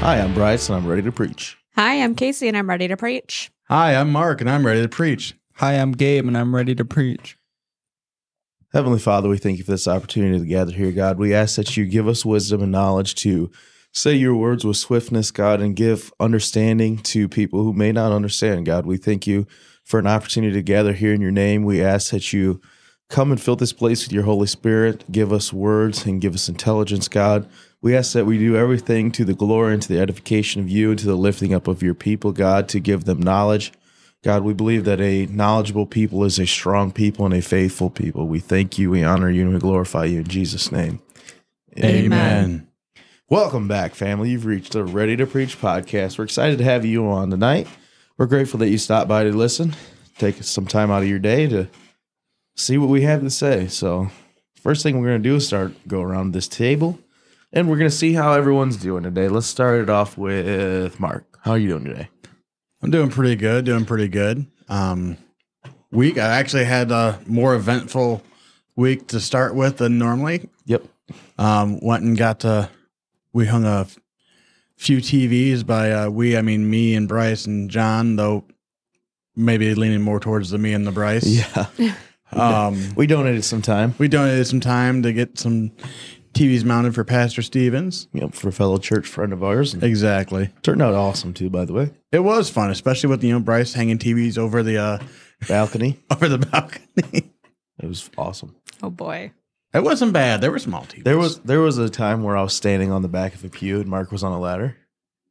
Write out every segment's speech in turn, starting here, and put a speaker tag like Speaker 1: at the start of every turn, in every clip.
Speaker 1: Hi, I'm Bryce, and I'm ready to preach.
Speaker 2: Hi, I'm Casey, and I'm ready to preach.
Speaker 3: Hi, I'm Mark, and I'm ready to preach.
Speaker 4: Hi, I'm Gabe, and I'm ready to preach.
Speaker 1: Heavenly Father, we thank you for this opportunity to gather here, God. We ask that you give us wisdom and knowledge to say your words with swiftness, God, and give understanding to people who may not understand, God. We thank you for an opportunity to gather here in your name. We ask that you come and fill this place with your Holy Spirit. Give us words and give us intelligence, God. We ask that we do everything to the glory and to the edification of you and to the lifting up of your people, God, to give them knowledge. God, we believe that a knowledgeable people is a strong people and a faithful people. We thank you, we honor you, and we glorify you in Jesus' name.
Speaker 2: Amen.
Speaker 1: Welcome back, family. You've reached the Ready to Preach podcast. We're excited to have you on tonight. We're grateful that you stopped by to listen, take some time out of your day to see what we have to say. So, first thing we're going to do is start go around this table, and we're going to see how everyone's doing today. Let's start it off with Mark. How are you doing today?
Speaker 3: I'm doing pretty good, doing pretty good. Um, week, I actually had a more eventful week to start with than normally.
Speaker 1: Yep.
Speaker 3: Um, went and got to, we hung a f- few TVs by uh, we, I mean me and Bryce and John, though maybe leaning more towards the me and the Bryce.
Speaker 1: Yeah.
Speaker 3: Um,
Speaker 1: We donated some time.
Speaker 3: we donated some time to get some TVs mounted for Pastor Stevens.
Speaker 1: Yep, for a fellow church friend of ours. And it
Speaker 3: Exactly.
Speaker 1: turned out awesome too, by the way.
Speaker 3: It was fun, especially with you know Bryce hanging TVs over the uh,
Speaker 1: Balcony.
Speaker 3: over the balcony.
Speaker 1: It was awesome.
Speaker 2: Oh boy.
Speaker 3: It wasn't bad. There were small TVs.
Speaker 1: There was there was a time where I was standing on the back of a pew and Mark was on a ladder.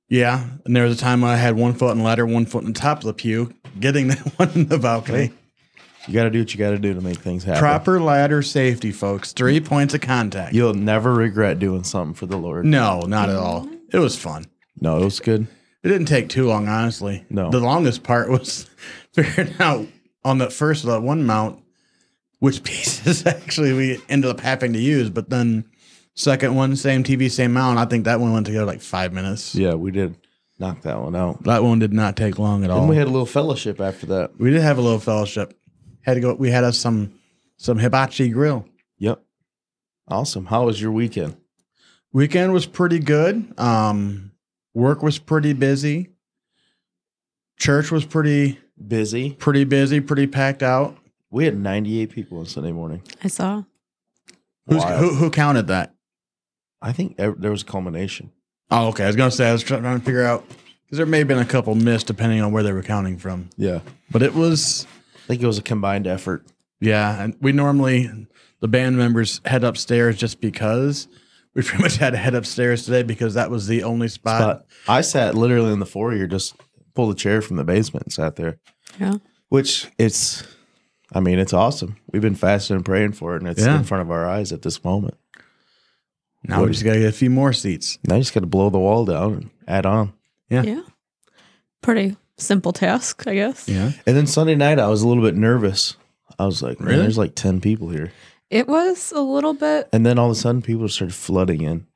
Speaker 3: yeah, and there was a time when I had one foot in the ladder, one foot in the top of the pew, getting that one in the balcony.
Speaker 1: You gotta do what you gotta do to make things happen.
Speaker 3: Proper ladder safety, folks. Three points of contact.
Speaker 1: You'll never regret doing something for the Lord.
Speaker 3: no, not at all. It was fun.
Speaker 1: No, it was good.
Speaker 3: It didn't take too long, honestly.
Speaker 1: No.
Speaker 3: the longest part was figuring out on the first of that one mount which pieces actually we ended up having to use, but then. Second one, same TV, same mount. I think that one went together like five minutes.
Speaker 1: Yeah, we did knock that one out.
Speaker 3: That one did not take long at all.
Speaker 1: Then we had a little fellowship after that.
Speaker 3: We did have a little fellowship. Had to go. We had us some some hibachi grill.
Speaker 1: Yep. Awesome. How was your weekend?
Speaker 3: Weekend was pretty good. Um, work was pretty busy. Church was pretty
Speaker 1: Busy.
Speaker 3: pretty busy, pretty packed out.
Speaker 1: We had 98 people on Sunday morning.
Speaker 2: I saw.
Speaker 3: Who's,
Speaker 1: Wild.
Speaker 3: who who counted that?
Speaker 1: I think ev- there was a culmination.
Speaker 3: Oh, okay. I was gonna say I was trying to figure out because there may have been a couple missed depending on where they were counting from.
Speaker 1: Yeah.
Speaker 3: But it was
Speaker 1: I think it was a combined effort.
Speaker 3: yeah. And we normally the band members head upstairs just because we pretty much had to head upstairs today because that was the only spot.
Speaker 1: But I sat literally in the foyer, just pulled a chair from the basement and sat there.
Speaker 2: Yeah.
Speaker 1: Which it's, I mean, it's awesome. We've been fasting and praying for it, and it's
Speaker 3: Yeah.
Speaker 1: in front of our eyes at this moment.
Speaker 3: Now we just gotta get a few more seats.
Speaker 1: Now you just got to blow the wall down and add on.
Speaker 2: Yeah. Pretty simple task, I guess.
Speaker 3: Yeah.
Speaker 1: And then Sunday night, I was a little bit nervous. I was like, man,
Speaker 3: Really?
Speaker 1: there's like 10 people here.
Speaker 2: It was a little bit
Speaker 1: And then all of a sudden, people started flooding in.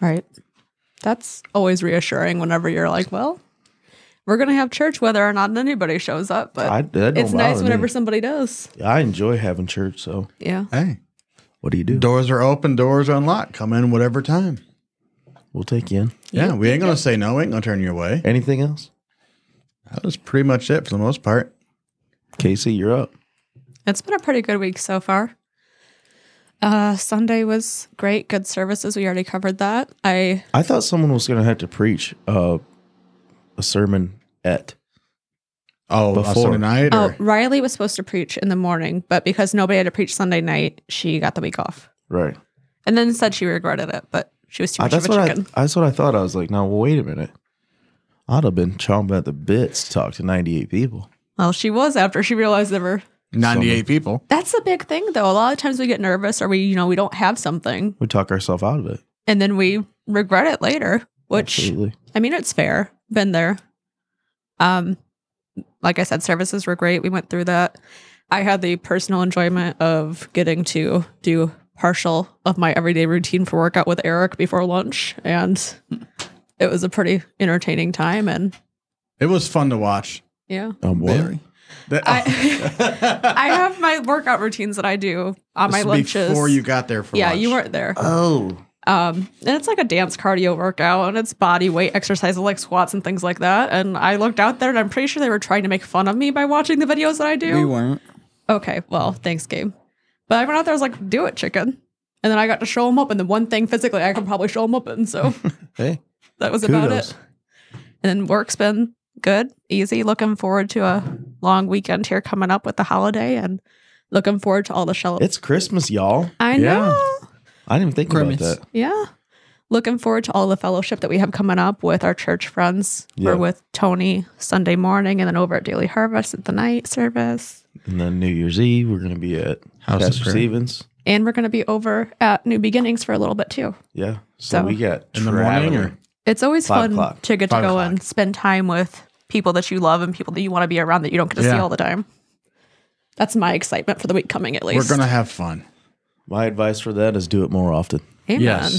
Speaker 2: right. That's always reassuring whenever you're like, well, we're gonna have church whether or not anybody shows up, but
Speaker 1: I, that don't
Speaker 2: it's nice
Speaker 1: bother
Speaker 2: whenever
Speaker 1: me.
Speaker 2: somebody does.
Speaker 1: I enjoy having church. So
Speaker 2: Yeah.
Speaker 3: Hey,
Speaker 1: what do you do?
Speaker 3: doors are open, doors are unlocked. Come in whatever time.
Speaker 1: We'll take you in.
Speaker 3: Yeah, we ain't gonna say no. We ain't gonna turn you away.
Speaker 1: Anything else?
Speaker 3: That was pretty much it for the most part.
Speaker 1: Casey, you're up.
Speaker 2: It's been a pretty good week so far. Uh, Sunday was great. Good services. We already covered that. I
Speaker 1: I thought someone was going to have to preach uh, a sermon at.
Speaker 3: Oh,
Speaker 1: Before.
Speaker 3: Before. Sunday night.
Speaker 2: oh
Speaker 3: Or,
Speaker 2: Riley was supposed to preach in the morning, but because nobody had to preach Sunday night, she got the week off,
Speaker 1: Right.
Speaker 2: and then said she regretted it, but she was too
Speaker 1: I-
Speaker 2: much of
Speaker 1: Ah, that's
Speaker 2: a
Speaker 1: what
Speaker 2: chicken.
Speaker 1: I. That's what I thought. I was like, no, well, wait a minute. I'd have been chomping at the bits to talk to 98 people.
Speaker 2: well, she was after she realized there were.
Speaker 3: Ninety-eight people.
Speaker 2: That's a big thing, though. A lot of times we get nervous, or we, you know, we don't have something,
Speaker 1: We talk ourselves out of it.
Speaker 2: and then we regret it later. Which
Speaker 1: Absolutely.
Speaker 2: I mean, it's fair. Been there. Um, like I said, services were great. We went through that. I had the personal enjoyment of getting to do partial of my everyday routine for workout with Eric before lunch, and it was a pretty entertaining time. And
Speaker 3: It was fun to watch.
Speaker 2: yeah,
Speaker 1: Um, what?
Speaker 3: Very. That,
Speaker 1: Ah.
Speaker 2: I- I have my workout routines that I do on my
Speaker 3: This was
Speaker 2: lunches.
Speaker 3: before you got there for
Speaker 2: yeah,
Speaker 3: lunch.
Speaker 2: you weren't there.
Speaker 1: Oh,
Speaker 2: Um, and it's like a dance cardio workout and it's body weight exercises like squats and things like that. And I looked out there and I'm pretty sure they were trying to make fun of me by watching the videos that I do.
Speaker 4: We weren't.
Speaker 2: Okay, well, thanks, Gabe. But I went out there, I was like, do it, chicken. And then I got to show him up, and the one thing physically I could probably show him up in. So
Speaker 1: Hey,
Speaker 2: that was about
Speaker 1: kudos.
Speaker 2: it. And then work's been good, easy. Looking forward to a long weekend here coming up with the holiday and looking forward to all the shell.
Speaker 1: It's Christmas, y'all.
Speaker 2: I
Speaker 3: Yeah.
Speaker 2: know.
Speaker 1: I didn't even think
Speaker 4: Christmas.
Speaker 1: about that.
Speaker 2: Yeah. Looking forward to all the fellowship that we have coming up with our church friends.
Speaker 1: Yeah.
Speaker 2: We're with Tony Sunday morning and then over at Daily Harvest at the night service.
Speaker 1: And then New Year's Eve, we're going to be at
Speaker 4: House of
Speaker 1: Pastor
Speaker 4: Prayer.
Speaker 1: Stevens.
Speaker 2: And we're going to be over at New Beginnings for a little bit too.
Speaker 1: Yeah. So,
Speaker 2: So-
Speaker 1: we got
Speaker 3: In the morning
Speaker 1: traveling.
Speaker 3: or-
Speaker 2: It's always
Speaker 1: Five
Speaker 2: fun
Speaker 1: o'clock.
Speaker 2: to get to
Speaker 3: Five
Speaker 2: go
Speaker 3: o'clock.
Speaker 2: and spend time with people that you love and people that you want to be around that you don't get to see
Speaker 3: Yeah.
Speaker 2: all the time. That's my excitement for the week coming, at
Speaker 3: We're
Speaker 2: least.
Speaker 3: gonna have fun.
Speaker 1: My advice for that is do it more often.
Speaker 2: Amen.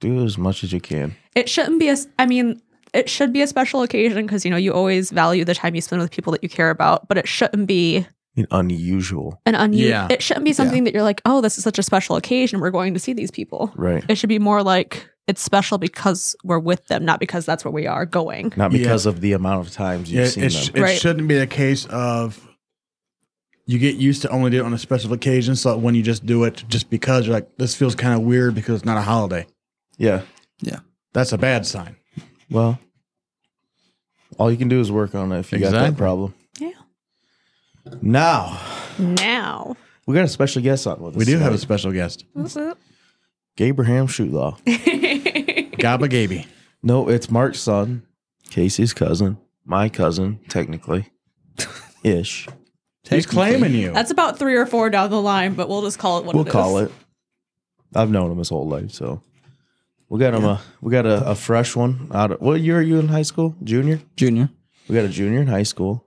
Speaker 1: Do as much as you can.
Speaker 2: It shouldn't be a, s- I mean, it should be a special occasion because, you know, you always value the time you spend with people that you care about, but it shouldn't be
Speaker 1: Unusual.
Speaker 2: an unusual,
Speaker 3: Yeah.
Speaker 2: it shouldn't be something that you're like, oh, this is such a special occasion. We're going to see these people.
Speaker 1: Right.
Speaker 2: It should be more like it's special because we're with them, not because that's where we are going.
Speaker 1: Not
Speaker 3: Yeah.
Speaker 1: because of the amount of times you've
Speaker 3: Yeah,
Speaker 1: seen
Speaker 3: it,
Speaker 1: them.
Speaker 3: sh- it
Speaker 2: Right.
Speaker 3: shouldn't be a case of you get used to only do it on a special occasion. So that when you just do it, just because you're like, this feels kind of weird because it's not a holiday.
Speaker 1: yeah.
Speaker 3: That's a bad sign.
Speaker 1: Well, all you can do is work on it if you got that
Speaker 3: Exactly.
Speaker 1: problem.
Speaker 2: Yeah.
Speaker 1: Now,
Speaker 2: Now.
Speaker 1: we got a special guest on with us.
Speaker 3: We do have a
Speaker 1: tonight.
Speaker 3: special guest,
Speaker 2: What's up?
Speaker 1: Gabraham Shootlaw.
Speaker 3: Gaba Gaby.
Speaker 1: No, it's Mark's son, Casey's cousin, my cousin, technically, ish.
Speaker 3: He's claiming you.
Speaker 2: That's about three or four down the line, but we'll just call it what
Speaker 1: We'll call it. I've known him his whole life, so we got him a we got a, a fresh one out. Of, what year are you in high school? Junior.
Speaker 4: Junior.
Speaker 1: We got a junior in high school.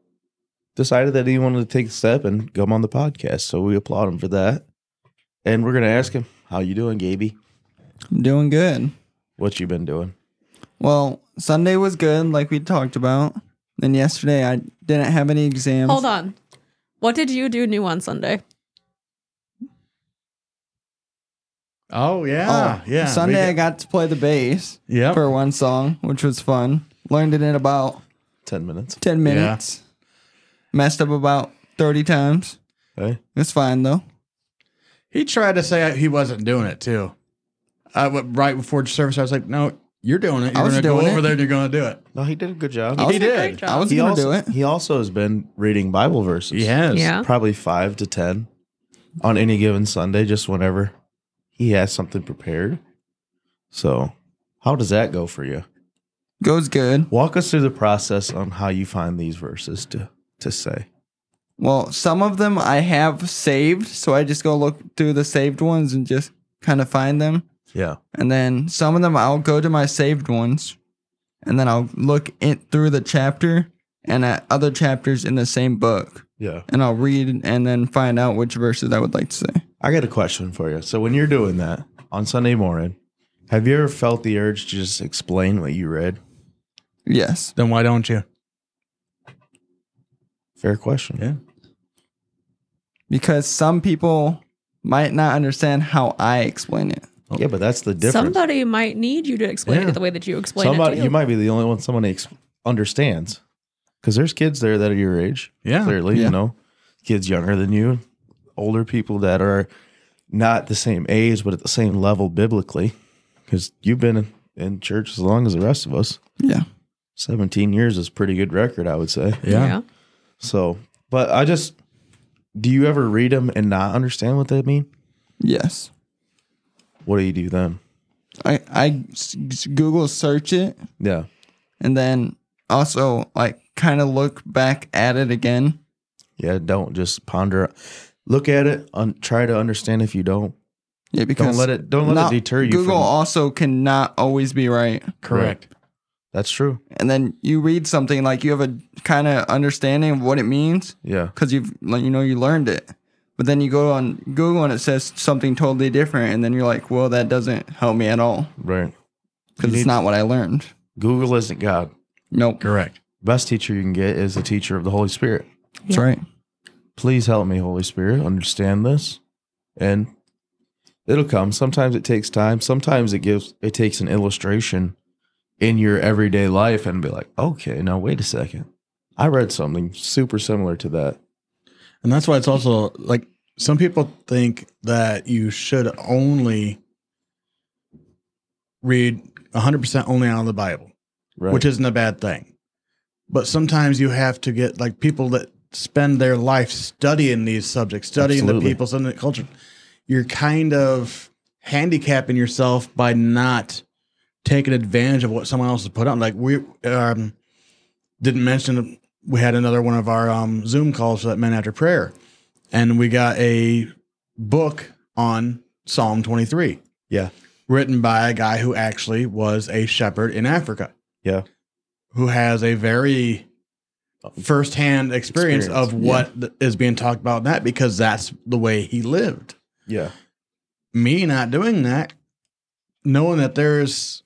Speaker 1: Decided that he wanted to take a step and come on the podcast, so we applaud him for that. And we're gonna ask him, "How you doing, Gaby?
Speaker 4: I'm doing good.
Speaker 1: What you been doing?"
Speaker 4: Well, Sunday was good, like we talked about. Then yesterday, I didn't have any exams.
Speaker 2: Hold on. What did you do new on Sunday?
Speaker 3: Oh yeah, yeah.
Speaker 4: Sunday, I got to play the bass
Speaker 3: Yep.
Speaker 4: for one song, which was fun. Learned it in about
Speaker 1: Ten minutes.
Speaker 4: 10
Speaker 3: Yeah.
Speaker 4: minutes. Messed up about 30 times.
Speaker 1: Hey,
Speaker 4: It's fine, though.
Speaker 3: He tried to say he wasn't doing it too. I went right before service. I was like, "No, you're doing it.
Speaker 4: I
Speaker 3: You're
Speaker 4: was
Speaker 3: going to go
Speaker 4: doing it.
Speaker 3: over there and you're going to do it."
Speaker 1: no, he did a good job.
Speaker 4: I was-
Speaker 3: He
Speaker 2: did a
Speaker 3: did.
Speaker 2: great job.
Speaker 4: I was
Speaker 1: he
Speaker 4: going to
Speaker 1: also
Speaker 4: do it.
Speaker 1: he also has been reading Bible verses.
Speaker 3: He has.
Speaker 2: Yeah.
Speaker 1: probably five to ten on any given Sunday, just whenever he has something prepared. So, how does that go for you?
Speaker 4: Goes good.
Speaker 1: Walk us through the process on how you find these verses to to say.
Speaker 4: Well, some of them I have saved, so I just go look through the saved ones and just kind of find them.
Speaker 1: Yeah,
Speaker 4: And then some of them I'll go to my saved ones, and then I'll look it through the chapter and at other chapters in the same book,
Speaker 1: yeah.
Speaker 4: and I'll read and then find out which verses I would like to say.
Speaker 1: I got a question for you. So, when you're doing that on Sunday morning, have you ever felt the urge to just explain what you read?
Speaker 4: Yes.
Speaker 3: Then why don't you?
Speaker 1: Fair question.
Speaker 3: Yeah.
Speaker 4: Because some people might not understand how I explain it.
Speaker 1: Yeah, but that's the difference.
Speaker 2: Somebody might need you to explain
Speaker 3: Yeah.
Speaker 2: it the way that you explain
Speaker 1: Somebody,
Speaker 2: it.
Speaker 1: you might be the only one somebody ex- understands, because there's kids there that are your age.
Speaker 3: Yeah.
Speaker 1: clearly,
Speaker 4: Yeah.
Speaker 1: you know, kids younger than you, older people that are not the same age but at the same level biblically, because you've been in, in church as long as the rest of us.
Speaker 4: Yeah.
Speaker 1: 17 years is a pretty good record, I would say. So, but I just, do you ever read them and not understand what they mean?
Speaker 4: Yes.
Speaker 1: What do you do then?
Speaker 4: I, I s- s- Google search it
Speaker 1: Yeah.
Speaker 4: and then also like kind of look back at it again.
Speaker 1: Yeah. Don't just ponder, look at it, un, try to understand if you don't.
Speaker 4: Yeah, because
Speaker 1: Don't let it, don't let
Speaker 4: not-
Speaker 1: it deter you.
Speaker 4: Google
Speaker 1: from-
Speaker 4: also cannot always be right.
Speaker 3: Correct.
Speaker 1: That's true.
Speaker 4: and then you read something like you have a kind of understanding of what it means
Speaker 1: Yeah.
Speaker 4: because you've like, you know you learned it but then you go on google and it says something totally different and then you're like well that doesn't help me at all
Speaker 1: Right.
Speaker 4: because
Speaker 1: You
Speaker 4: it's
Speaker 1: need-
Speaker 4: not what i learned
Speaker 1: Google isn't God.
Speaker 4: nope
Speaker 3: Correct.
Speaker 1: best teacher you can get is the teacher of the Holy Spirit.
Speaker 4: that's right
Speaker 1: Please help me, Holy Spirit, understand this. And It'll come. Sometimes it takes time. Sometimes it gives it takes an illustration in your everyday life and be like, okay, now wait a second. I read something super similar to that.
Speaker 3: And that's why it's also like some people think that you should only read 100% only out of the Bible,
Speaker 1: Right.
Speaker 3: which isn't a bad thing. But sometimes you have to get like people that spend their life studying these subjects, studying
Speaker 1: Absolutely.
Speaker 3: the people, studying the culture. You're kind of handicapping yourself by not taking advantage of what someone else has put on. Like we um, didn't mention we had another one of our um, Zoom calls that men after prayer, and we got a book on Psalm 23
Speaker 1: yeah.
Speaker 3: written by a guy who actually was a shepherd in Africa.
Speaker 1: Yeah.
Speaker 3: Who has a very firsthand experience,
Speaker 1: Experience,
Speaker 3: of what th- is being talked about in that because that's the way he lived.
Speaker 1: Yeah.
Speaker 3: Me not doing that, knowing that there's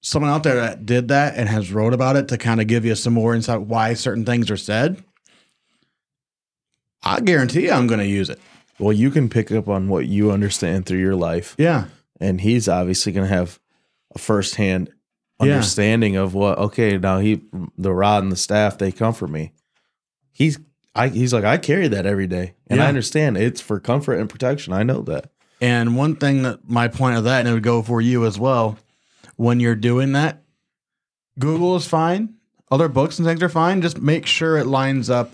Speaker 3: someone out there that did that and has wrote about it to kind of give you some more insight why certain things are said. I guarantee you I'm going to use it.
Speaker 1: Well, you can pick up on what you understand through your life.
Speaker 3: Yeah.
Speaker 1: and he's obviously going to have a firsthand
Speaker 3: Yeah.
Speaker 1: understanding of what okay now he the rod and the staff they comfort me he's I, he's like i carry that every day and i
Speaker 3: Yeah.
Speaker 1: understand it's for comfort and protection i know that
Speaker 3: And one thing that my point of that, and it would go for you as well, when you're doing that, Google is fine. Other books and things are fine. Just make sure it lines up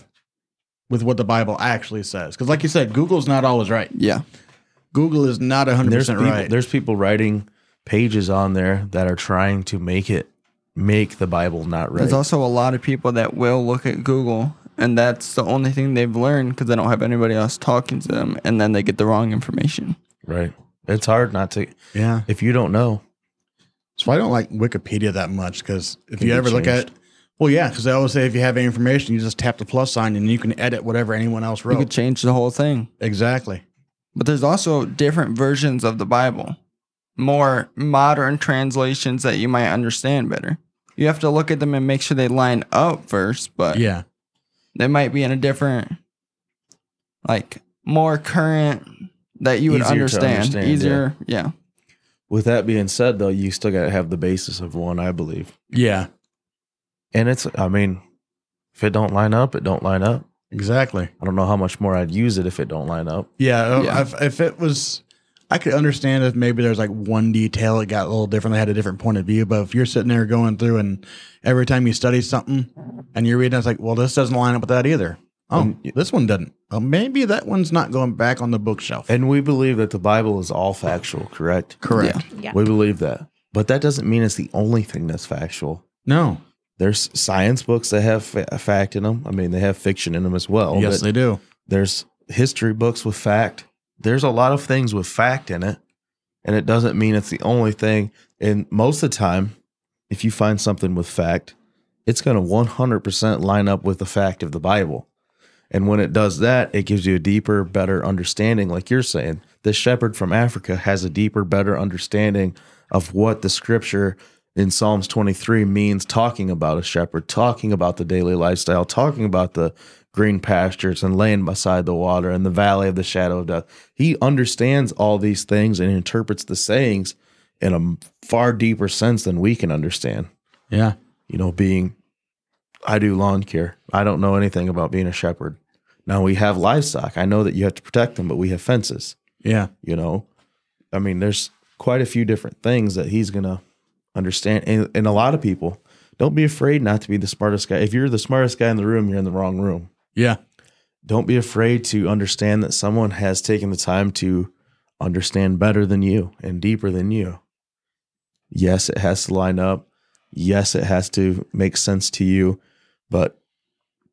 Speaker 3: with what the Bible actually says. Because, like you said, Google's not always right.
Speaker 4: Yeah.
Speaker 3: Google is not 100%
Speaker 1: And there's people,
Speaker 3: right.
Speaker 1: there's people writing pages on there that are trying to make it make the bible not right
Speaker 4: There's also a lot of people that will look at Google, and that's the only thing they've learned because they don't have anybody else talking to them, and then they get the wrong information.
Speaker 1: right it's hard not to
Speaker 3: yeah.
Speaker 1: if you don't know
Speaker 3: So I don't like Wikipedia that much because if
Speaker 1: Can
Speaker 3: you
Speaker 1: be
Speaker 3: ever look
Speaker 1: changed.
Speaker 3: at well, yeah, because they always say if you have any information, you just tap the plus sign and you can edit whatever anyone else
Speaker 4: You could
Speaker 3: wrote.
Speaker 4: change the whole thing.
Speaker 3: Exactly.
Speaker 4: But there's also different versions of the Bible, more modern translations that you might understand better. You have to look at them and make sure they line up first, but
Speaker 3: Yeah.
Speaker 4: they might be in a different, like more current that you would
Speaker 1: Easier to
Speaker 4: understand.
Speaker 1: understand, yeah.
Speaker 4: Easier, yeah.
Speaker 1: with that being said though you still got to have the basis of one i believe
Speaker 3: Yeah.
Speaker 1: And it's, I mean, if it don't line up, it don't line up.
Speaker 3: Exactly.
Speaker 1: I don't know how much more I'd use it if it don't line up.
Speaker 3: Yeah, uh,
Speaker 4: Yeah.
Speaker 3: If, if it was, I could understand if maybe there's like one detail it got a little different. They had a different point of view. But if you're sitting there going through and every time you study something and you're reading, it's like, well, this doesn't line up with that either. Oh,
Speaker 1: Um, y-
Speaker 3: this one doesn't. Oh, maybe that one's not going back on the bookshelf.
Speaker 1: And we believe that the Bible is all factual, correct?
Speaker 3: Correct.
Speaker 2: Yeah.
Speaker 1: We believe that. But that doesn't mean it's the only thing that's factual.
Speaker 3: No.
Speaker 1: There's science books that have fa- fact in them. I mean, they have fiction in them as well.
Speaker 3: yes,
Speaker 1: but
Speaker 3: they do.
Speaker 1: there's history books with fact. There's a lot of things with fact in it, and it doesn't mean it's the only thing. And most of the time, if you find something with fact, it's going to 100% line up with the fact of the Bible. And when it does that, it gives you a deeper, better understanding. Like you're saying, this shepherd from Africa has a deeper, better understanding of what the scripture in Psalms 23 means talking about a shepherd, talking about the daily lifestyle, talking about the green pastures and laying beside the water and the valley of the shadow of death. He understands all these things and interprets the sayings in a far deeper sense than we can understand.
Speaker 3: Yeah.
Speaker 1: You know, being, I do lawn care. I don't know anything about being a shepherd. Now we have livestock. I know that you have to protect them, but we have fences
Speaker 3: Yeah.
Speaker 1: you know i mean there's quite a few different things that he's gonna understand and, and a lot of people don't be afraid not to be the smartest guy if you're the smartest guy in the room you're in the wrong room
Speaker 3: Yeah.
Speaker 1: don't be afraid to understand that someone has taken the time to understand better than you and deeper than you yes it has to line up yes it has to make sense to you but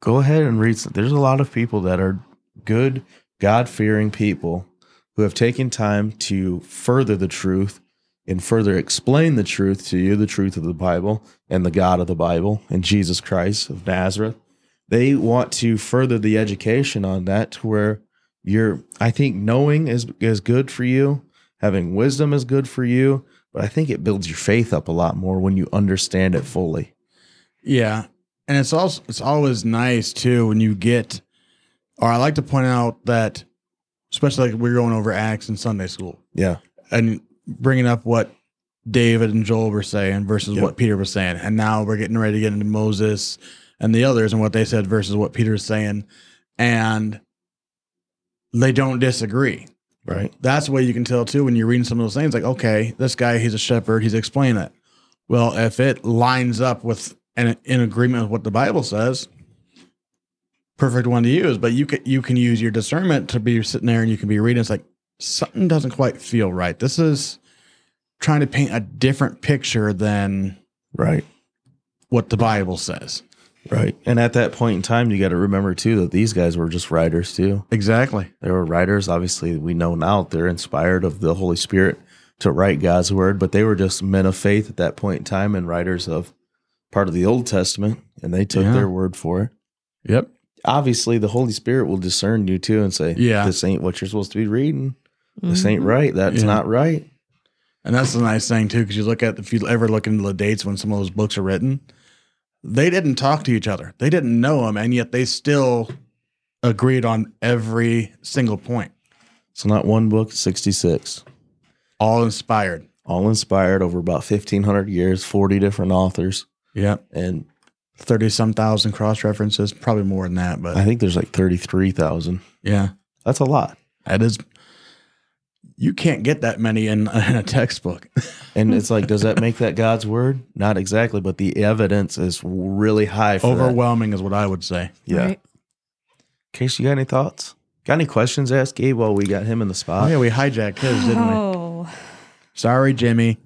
Speaker 1: go ahead and read some. there's a lot of people that are good god-fearing people who have taken time to further the truth and further explain the truth to you, the truth of the Bible and the God of the Bible and Jesus Christ of Nazareth. They want to further the education on that to where you're, I think knowing is, is good for you, having wisdom is good for you, but I think it builds your faith up a lot more when you understand it fully.
Speaker 3: Yeah. And it's also it's always nice too when you get or I like to point out that especially like we're going over Acts in Sunday school.
Speaker 1: Yeah.
Speaker 3: and bringing up what David and Joel were saying versus
Speaker 1: Yep.
Speaker 3: what Peter was saying, and now we're getting ready to get into Moses and the others and what they said versus what Peter's saying, and they don't disagree.
Speaker 1: right?
Speaker 3: That's the way you can tell too when you're reading some of those things. Like, okay, this guy, he's a shepherd. He's explaining it. Well, if it lines up with and in agreement with what the Bible says, perfect one to use. But you can you can use your discernment to be sitting there and you can be reading. It's like something doesn't quite feel right. This is trying to paint a different picture than
Speaker 1: Right.
Speaker 3: what the Bible says.
Speaker 1: Right. And at that point in time, you got to remember too that these guys were just writers too.
Speaker 3: Exactly.
Speaker 1: They were writers. Obviously, we know now they're inspired of the Holy Spirit to write God's word, but they were just men of faith at that point in time and writers of part of the Old Testament, and they took
Speaker 3: Yeah.
Speaker 1: their word for it.
Speaker 3: Yep.
Speaker 1: Obviously, the Holy Spirit will discern you too and say,
Speaker 3: Yeah. Mm-hmm.
Speaker 1: this ain't what you're supposed to be reading. This ain't right. That's
Speaker 3: Yeah.
Speaker 1: not right."
Speaker 3: And that's the nice thing too, because you look at if you ever look into the dates when some of those books are written, they didn't talk to each other. They didn't know them, and yet they still agreed on every single point.
Speaker 1: So not one book, 66.
Speaker 3: All inspired.
Speaker 1: All inspired over about 1500 years, 40 different authors
Speaker 3: Yeah.
Speaker 1: and
Speaker 3: Thirty some thousand cross references, probably more than that,
Speaker 1: I
Speaker 3: but
Speaker 1: think there's like 33,000.
Speaker 3: yeah.
Speaker 1: That's a lot.
Speaker 3: That is you can't get that many in, in a textbook.
Speaker 1: And it's like, does that make that God's word? Not exactly, but the evidence is really high for that.
Speaker 3: Overwhelming is what I would say.
Speaker 1: Yeah. Case, you got any thoughts? Got any questions? Ask Gabe while we got him in the
Speaker 3: Oh
Speaker 1: spot.
Speaker 3: yeah, we hijacked his, didn't we?
Speaker 2: Oh.
Speaker 3: Sorry, Jimmy.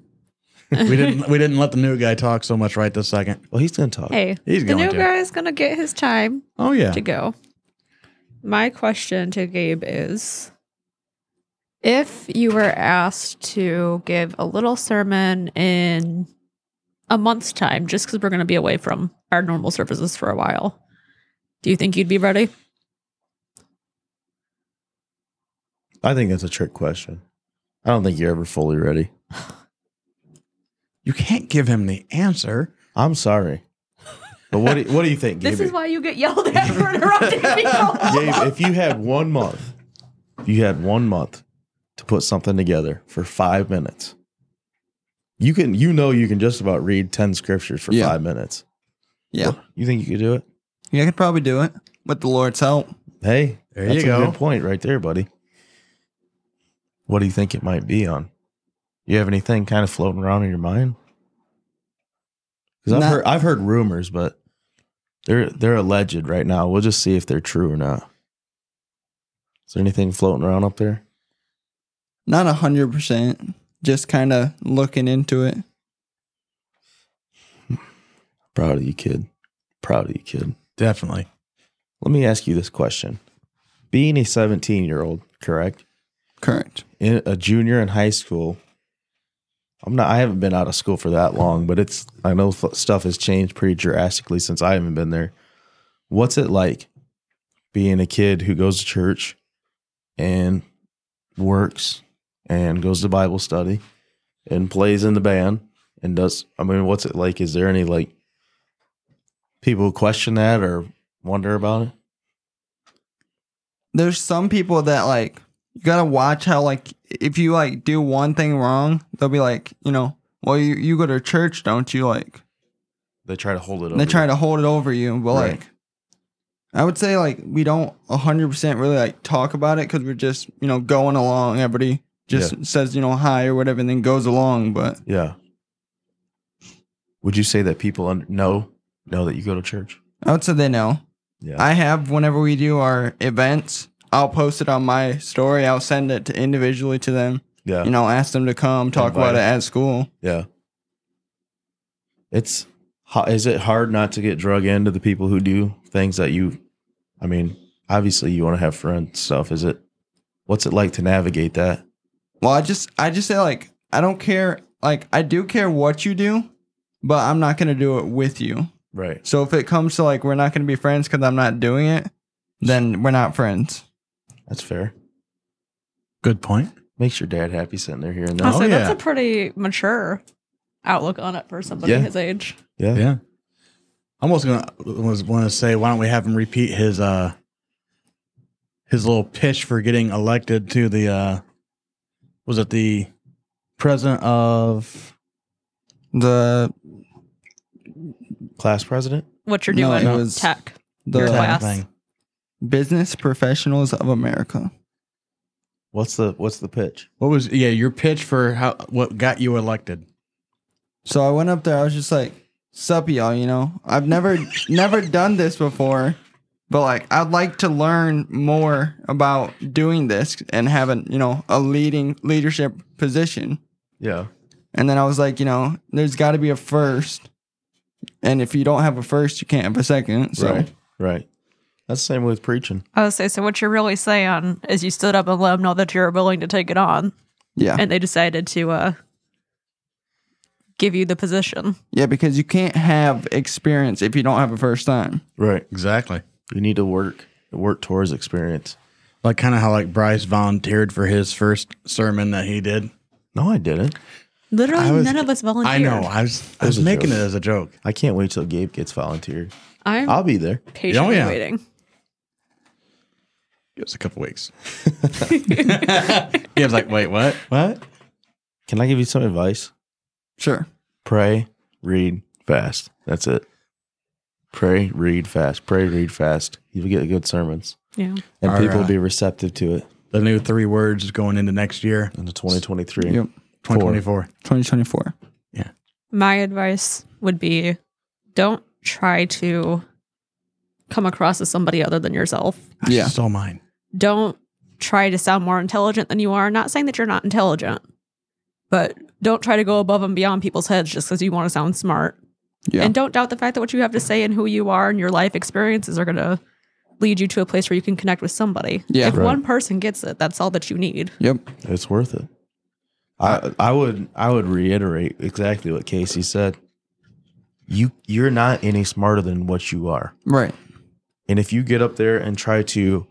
Speaker 3: We didn't we didn't let the new guy talk so much right this second.
Speaker 1: Well, he's going to talk.
Speaker 2: Hey,
Speaker 3: He's
Speaker 2: the
Speaker 3: going
Speaker 2: new
Speaker 3: to.
Speaker 2: guy is gonna get his time
Speaker 3: Oh yeah.
Speaker 2: to go. My question to Gabe is if you were asked to give a little sermon in a month's time, just because we're going to be away from our normal services for a while, do you think you'd be ready?
Speaker 1: I think that's a trick question. I don't think you're ever fully ready.
Speaker 3: You can't give him the answer.
Speaker 1: I'm sorry. But what do, what do you think, Gabe?
Speaker 2: This is why you get yelled at for interrupting people.
Speaker 1: Gabe, if you had one month, if you had one month to put something together for five minutes, you can you know you can just about read ten scriptures for
Speaker 4: Yeah.
Speaker 1: five minutes.
Speaker 4: Yeah.
Speaker 1: You think you could do it?
Speaker 4: Yeah, I could probably do it with the Lord's help.
Speaker 1: Hey,
Speaker 3: There
Speaker 1: that's
Speaker 3: you
Speaker 1: a
Speaker 3: go.
Speaker 1: good point right there, buddy. What do you think it might be on? You have anything kind of floating around in your mind? Because I've
Speaker 4: Not-
Speaker 1: heard I've heard rumors, but they're they're alleged right now. We'll just see if they're true or not. Is there anything floating around up there?
Speaker 4: Not a hundred percent. Just kind of looking into it.
Speaker 1: Proud of you, kid. Proud of you, kid.
Speaker 3: Definitely.
Speaker 1: Let me ask you this question. Being a 17 year old, correct?
Speaker 4: Correct.
Speaker 1: In a junior in high school, I'm not, I haven't been out of school for that long, but it's, I know f- stuff has changed pretty drastically since I haven't been there. What's it like being a kid who goes to church and works and goes to Bible study and plays in the band and does, I mean, what's it like? Is there any like people who question that or wonder about it?
Speaker 4: There's some people that like you gotta watch how like if you like do one thing wrong, they'll be like, you know, well you, you go to church, don't you? Like
Speaker 1: They try to hold it.
Speaker 4: they try to hold it over you, but
Speaker 1: Right.
Speaker 4: like I would say like we don't hundred percent really like talk about it because we're just you know going along. Everybody just says you know hi or whatever, and then goes along. But
Speaker 1: Yeah. Would you say that people un- know know that you go to church?
Speaker 4: I would say they know.
Speaker 1: Yeah.
Speaker 4: I have whenever we do our events, I'll post it on my story. I'll send it to individually to them.
Speaker 1: yeah.
Speaker 4: You know, ask them to come talk
Speaker 1: Invite
Speaker 4: about it
Speaker 1: them.
Speaker 4: at school.
Speaker 1: yeah. It's ho- is it hard not to get drug into the people who do things that you I mean, obviously you want to have friends stuff. Is it what's it like to navigate that?
Speaker 4: Well, I just I just say like I don't care. Like I do care what you do, but I'm not gonna do it with you.
Speaker 1: Right.
Speaker 4: So if it comes to like we're not gonna be friends because I'm not doing it, then we're not friends.
Speaker 1: That's fair.
Speaker 3: Good point.
Speaker 1: Makes your dad happy sitting there hearing
Speaker 2: I
Speaker 1: that.
Speaker 3: Oh,
Speaker 2: say that's
Speaker 3: yeah.
Speaker 2: a pretty mature outlook on it for somebody
Speaker 1: Yeah.
Speaker 2: his age.
Speaker 1: Yeah.
Speaker 3: Yeah. I'm also gonna was want to say, why don't we have him repeat his uh his little pitch for getting elected to the uh was it the president of
Speaker 4: The
Speaker 1: Class president?
Speaker 2: What you're
Speaker 4: No,
Speaker 2: doing?
Speaker 4: it was-
Speaker 2: tech.
Speaker 4: the
Speaker 2: Your class.
Speaker 4: business professionals of America.
Speaker 1: What's the what's the pitch?
Speaker 3: What was yeah your pitch for how what got you elected?
Speaker 4: So I went up there. I was just like, "Sup, y'all." You know, I've never never done this before, but like, I'd like to learn more about doing this and having you know a leading leadership position.
Speaker 1: Yeah.
Speaker 4: And then I was like, you know, there's got to be a first, and if you don't have a first, you can't have a second. So
Speaker 1: Right. Right. That's the same with preaching.
Speaker 2: I would say so. What you're really saying is you stood up and let them know that you're willing to take it on,
Speaker 4: yeah,
Speaker 2: and they decided to uh, give you the position.
Speaker 4: yeah, because you can't have experience if you don't have a first time.
Speaker 1: Right.
Speaker 3: Exactly.
Speaker 1: You need to work work towards experience.
Speaker 3: Like kind of how like Bryce volunteered for his first sermon that he did.
Speaker 1: No, I didn't.
Speaker 2: Literally,
Speaker 3: I was-
Speaker 2: none of us volunteered.
Speaker 3: I know. I was I
Speaker 1: was
Speaker 3: was
Speaker 1: a
Speaker 3: making
Speaker 1: joke.
Speaker 3: it as a joke.
Speaker 1: I can't wait till Gabe gets volunteered.
Speaker 2: I'm
Speaker 1: I'll be there.
Speaker 2: patiently
Speaker 3: Oh, yeah.
Speaker 2: waiting.
Speaker 3: It was a couple weeks. he was like, "Wait, what? What?"
Speaker 1: Can I give you some advice?
Speaker 4: Sure.
Speaker 1: Pray, read, fast. That's it. Pray, read, fast. Pray, read, fast. You'll get good sermons.
Speaker 2: Yeah.
Speaker 1: And
Speaker 3: All
Speaker 1: people will
Speaker 3: right.
Speaker 1: be receptive to it
Speaker 3: The new three words going into next year,
Speaker 1: in the 2023.
Speaker 4: Yep.
Speaker 3: 2024.
Speaker 4: 2024.
Speaker 2: my advice would be don't try to come across as somebody other than yourself.
Speaker 3: That's
Speaker 4: Yeah.
Speaker 3: just all mine.
Speaker 2: Don't try to sound more intelligent than you are. Not saying that you're not intelligent, but don't try to go above and beyond people's heads just because you want to sound smart.
Speaker 4: Yeah.
Speaker 2: And don't doubt the fact that what you have to say and who you are and your life experiences are going to lead you to a place where you can connect with somebody.
Speaker 4: Yeah.
Speaker 2: if
Speaker 1: Right.
Speaker 2: one person gets it, that's all that you need.
Speaker 4: yep.
Speaker 1: It's worth it. I I would I would reiterate exactly what Casey said. You you're not any smarter than what you are.
Speaker 4: Right.
Speaker 1: And if you get up there and try to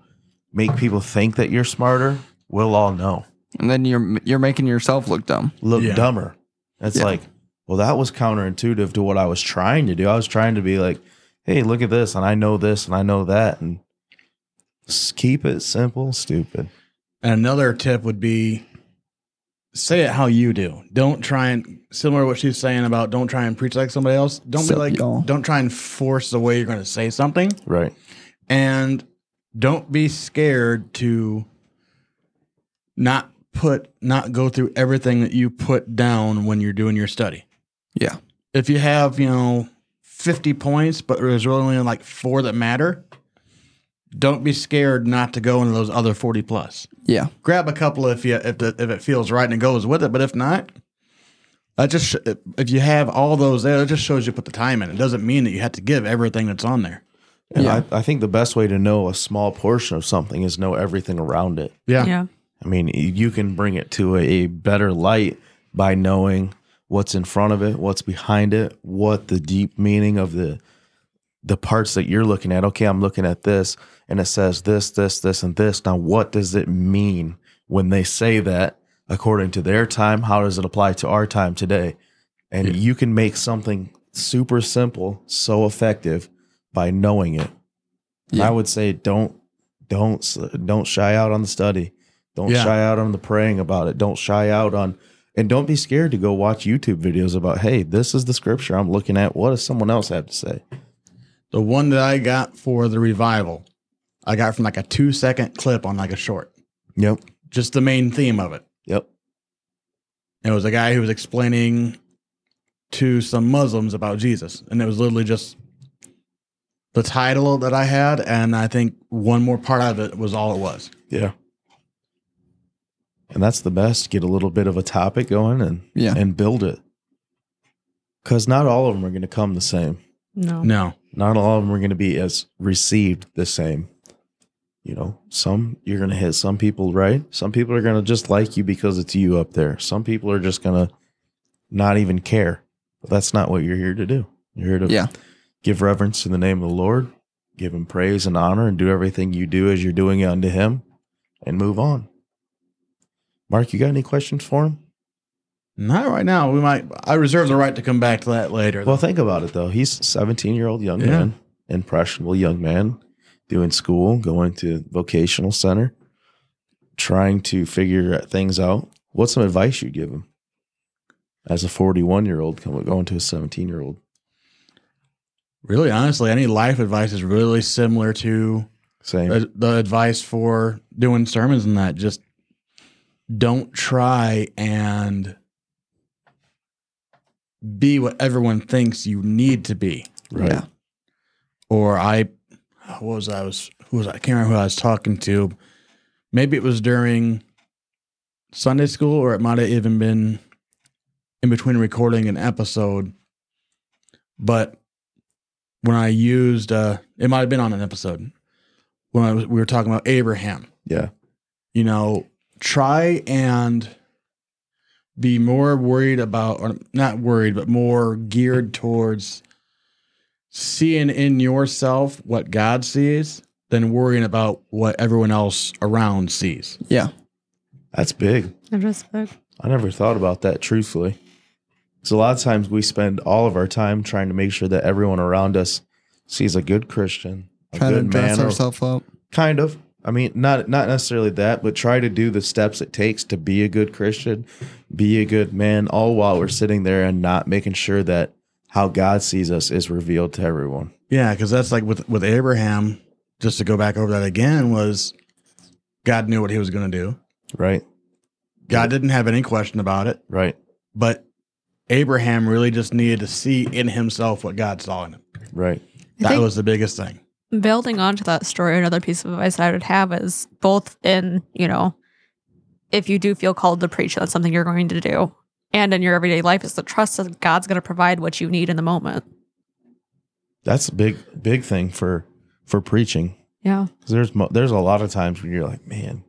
Speaker 1: make people think that you're smarter, we'll all know.
Speaker 4: And then you're you're making yourself look dumb.
Speaker 1: Look
Speaker 3: Yeah.
Speaker 1: dumber. It's
Speaker 4: Yeah.
Speaker 1: like, well, that was counterintuitive to what I was trying to do. I was trying to be like, hey, look at this, and I know this, and I know that, and s- keep it simple, stupid.
Speaker 3: And another tip would be say it how you do. Don't try and similar to what she's saying about don't try and preach like somebody else. Don't
Speaker 4: Sup,
Speaker 3: be like
Speaker 4: y'all.
Speaker 3: don't try and force the way you're going to say something
Speaker 1: Right.
Speaker 3: and don't be scared to not put not go through everything that you put down when you're doing your study.
Speaker 4: Yeah.
Speaker 3: If you have, you know, 50 points but there's really only like 4 that matter, don't be scared not to go into those other 40 plus
Speaker 4: Yeah.
Speaker 3: grab a couple if you if the, if it feels right and it goes with it. But if not, that just sh- if you have all those there, it just shows you put the time in. It doesn't mean that you have to give everything that's on there.
Speaker 1: And
Speaker 4: Yeah.
Speaker 1: I, I think the best way to know a small portion of something is know everything around it.
Speaker 2: yeah.
Speaker 1: I mean, you can bring it to a better light by knowing what's in front of it, what's behind it, what the deep meaning of the the parts that you're looking at. Okay, I'm looking at this and it says this, this, this and this. Now, what does it mean when they say that according to their time? How does it apply to our time today? And you can make something super simple so effective by knowing it. And
Speaker 4: Yeah.
Speaker 1: I would say don't don't s- don't shy out on the study. Don't
Speaker 3: Yeah.
Speaker 1: shy out on the praying about it. Don't shy out on and don't be scared to go watch YouTube videos about, hey, this is the scripture I'm looking at. What does someone else have to say?
Speaker 3: The one that I got for the revival, I got from like a two second clip on like a short,
Speaker 1: Yep.
Speaker 3: just the main theme of it.
Speaker 1: Yep.
Speaker 3: And it was a guy who was explaining to some Muslims about Jesus. And it was literally just the title that I had. And I think one more part of it was all it was.
Speaker 1: Yeah. And that's the best. Get a little bit of a topic going and
Speaker 4: Yeah.
Speaker 1: and build it. Cause not all of them are gonna come the same.
Speaker 2: No.
Speaker 3: No.
Speaker 1: Not all of them are gonna be as received the same. You know, some you're gonna hit some people right. Some people are gonna just like you because it's you up there. Some people are just gonna not even care. But that's not what you're here to do. You're here to
Speaker 4: Yeah.
Speaker 1: give reverence to the name of the Lord, give him praise and honor, and do everything you do as you're doing it unto him, and move on. Mark, you got any questions for him?
Speaker 3: Not right now. We might. I reserve the right to come back to that later.
Speaker 1: Well, think about it though. He's a 17 year old young man, impressionable young man, doing school, going to vocational center, trying to figure things out. What's some advice you give him? as a 41 year old coming going to a 17 year old.
Speaker 3: Really, honestly, any life advice is really similar to
Speaker 1: Same.
Speaker 3: uh, the advice for doing sermons and that. Just don't try and be what everyone thinks you need to be.
Speaker 1: right.
Speaker 4: Yeah.
Speaker 3: or I what was I was who was I? I can't remember who I was talking to. Maybe it was during Sunday school, or it might have even been in between recording an episode. But when I used, uh, it might have been on an episode when I was, we were talking about Abraham.
Speaker 1: Yeah.
Speaker 3: You know, try and be more worried about, or not worried, but more geared towards seeing in yourself what God sees than worrying about what everyone else around sees.
Speaker 4: Yeah.
Speaker 1: That's big.
Speaker 2: I just like,
Speaker 1: I never thought about that truthfully. Because a lot of times we spend all of our time trying to make sure that everyone around us sees a good Christian, a
Speaker 4: Trying to
Speaker 1: good
Speaker 4: dress
Speaker 1: man, or-
Speaker 4: ourselves up.
Speaker 1: kind of. I mean, not not necessarily that, but try to do the steps it takes to be a good Christian, be a good man, all while we're sitting there and not making sure that how God sees us is revealed to everyone.
Speaker 3: Yeah, because that's like with with Abraham. Just to go back over that again was God knew what he was going to do.
Speaker 1: Right?
Speaker 3: God didn't have any question about it,
Speaker 1: Right.
Speaker 3: but Abraham really just needed to see in himself what God saw in him.
Speaker 1: Right.
Speaker 2: I
Speaker 3: That
Speaker 2: think
Speaker 3: was the biggest thing.
Speaker 2: building onto that story, another piece of advice that I would have is both in, you know, if you do feel called to preach, that's something you're going to do. And in your everyday life is the trust that God's going to provide what you need in the moment.
Speaker 1: That's a big big thing for for preaching.
Speaker 2: Yeah.
Speaker 1: 'Cause there's mo- there's a lot of times when you're like, man,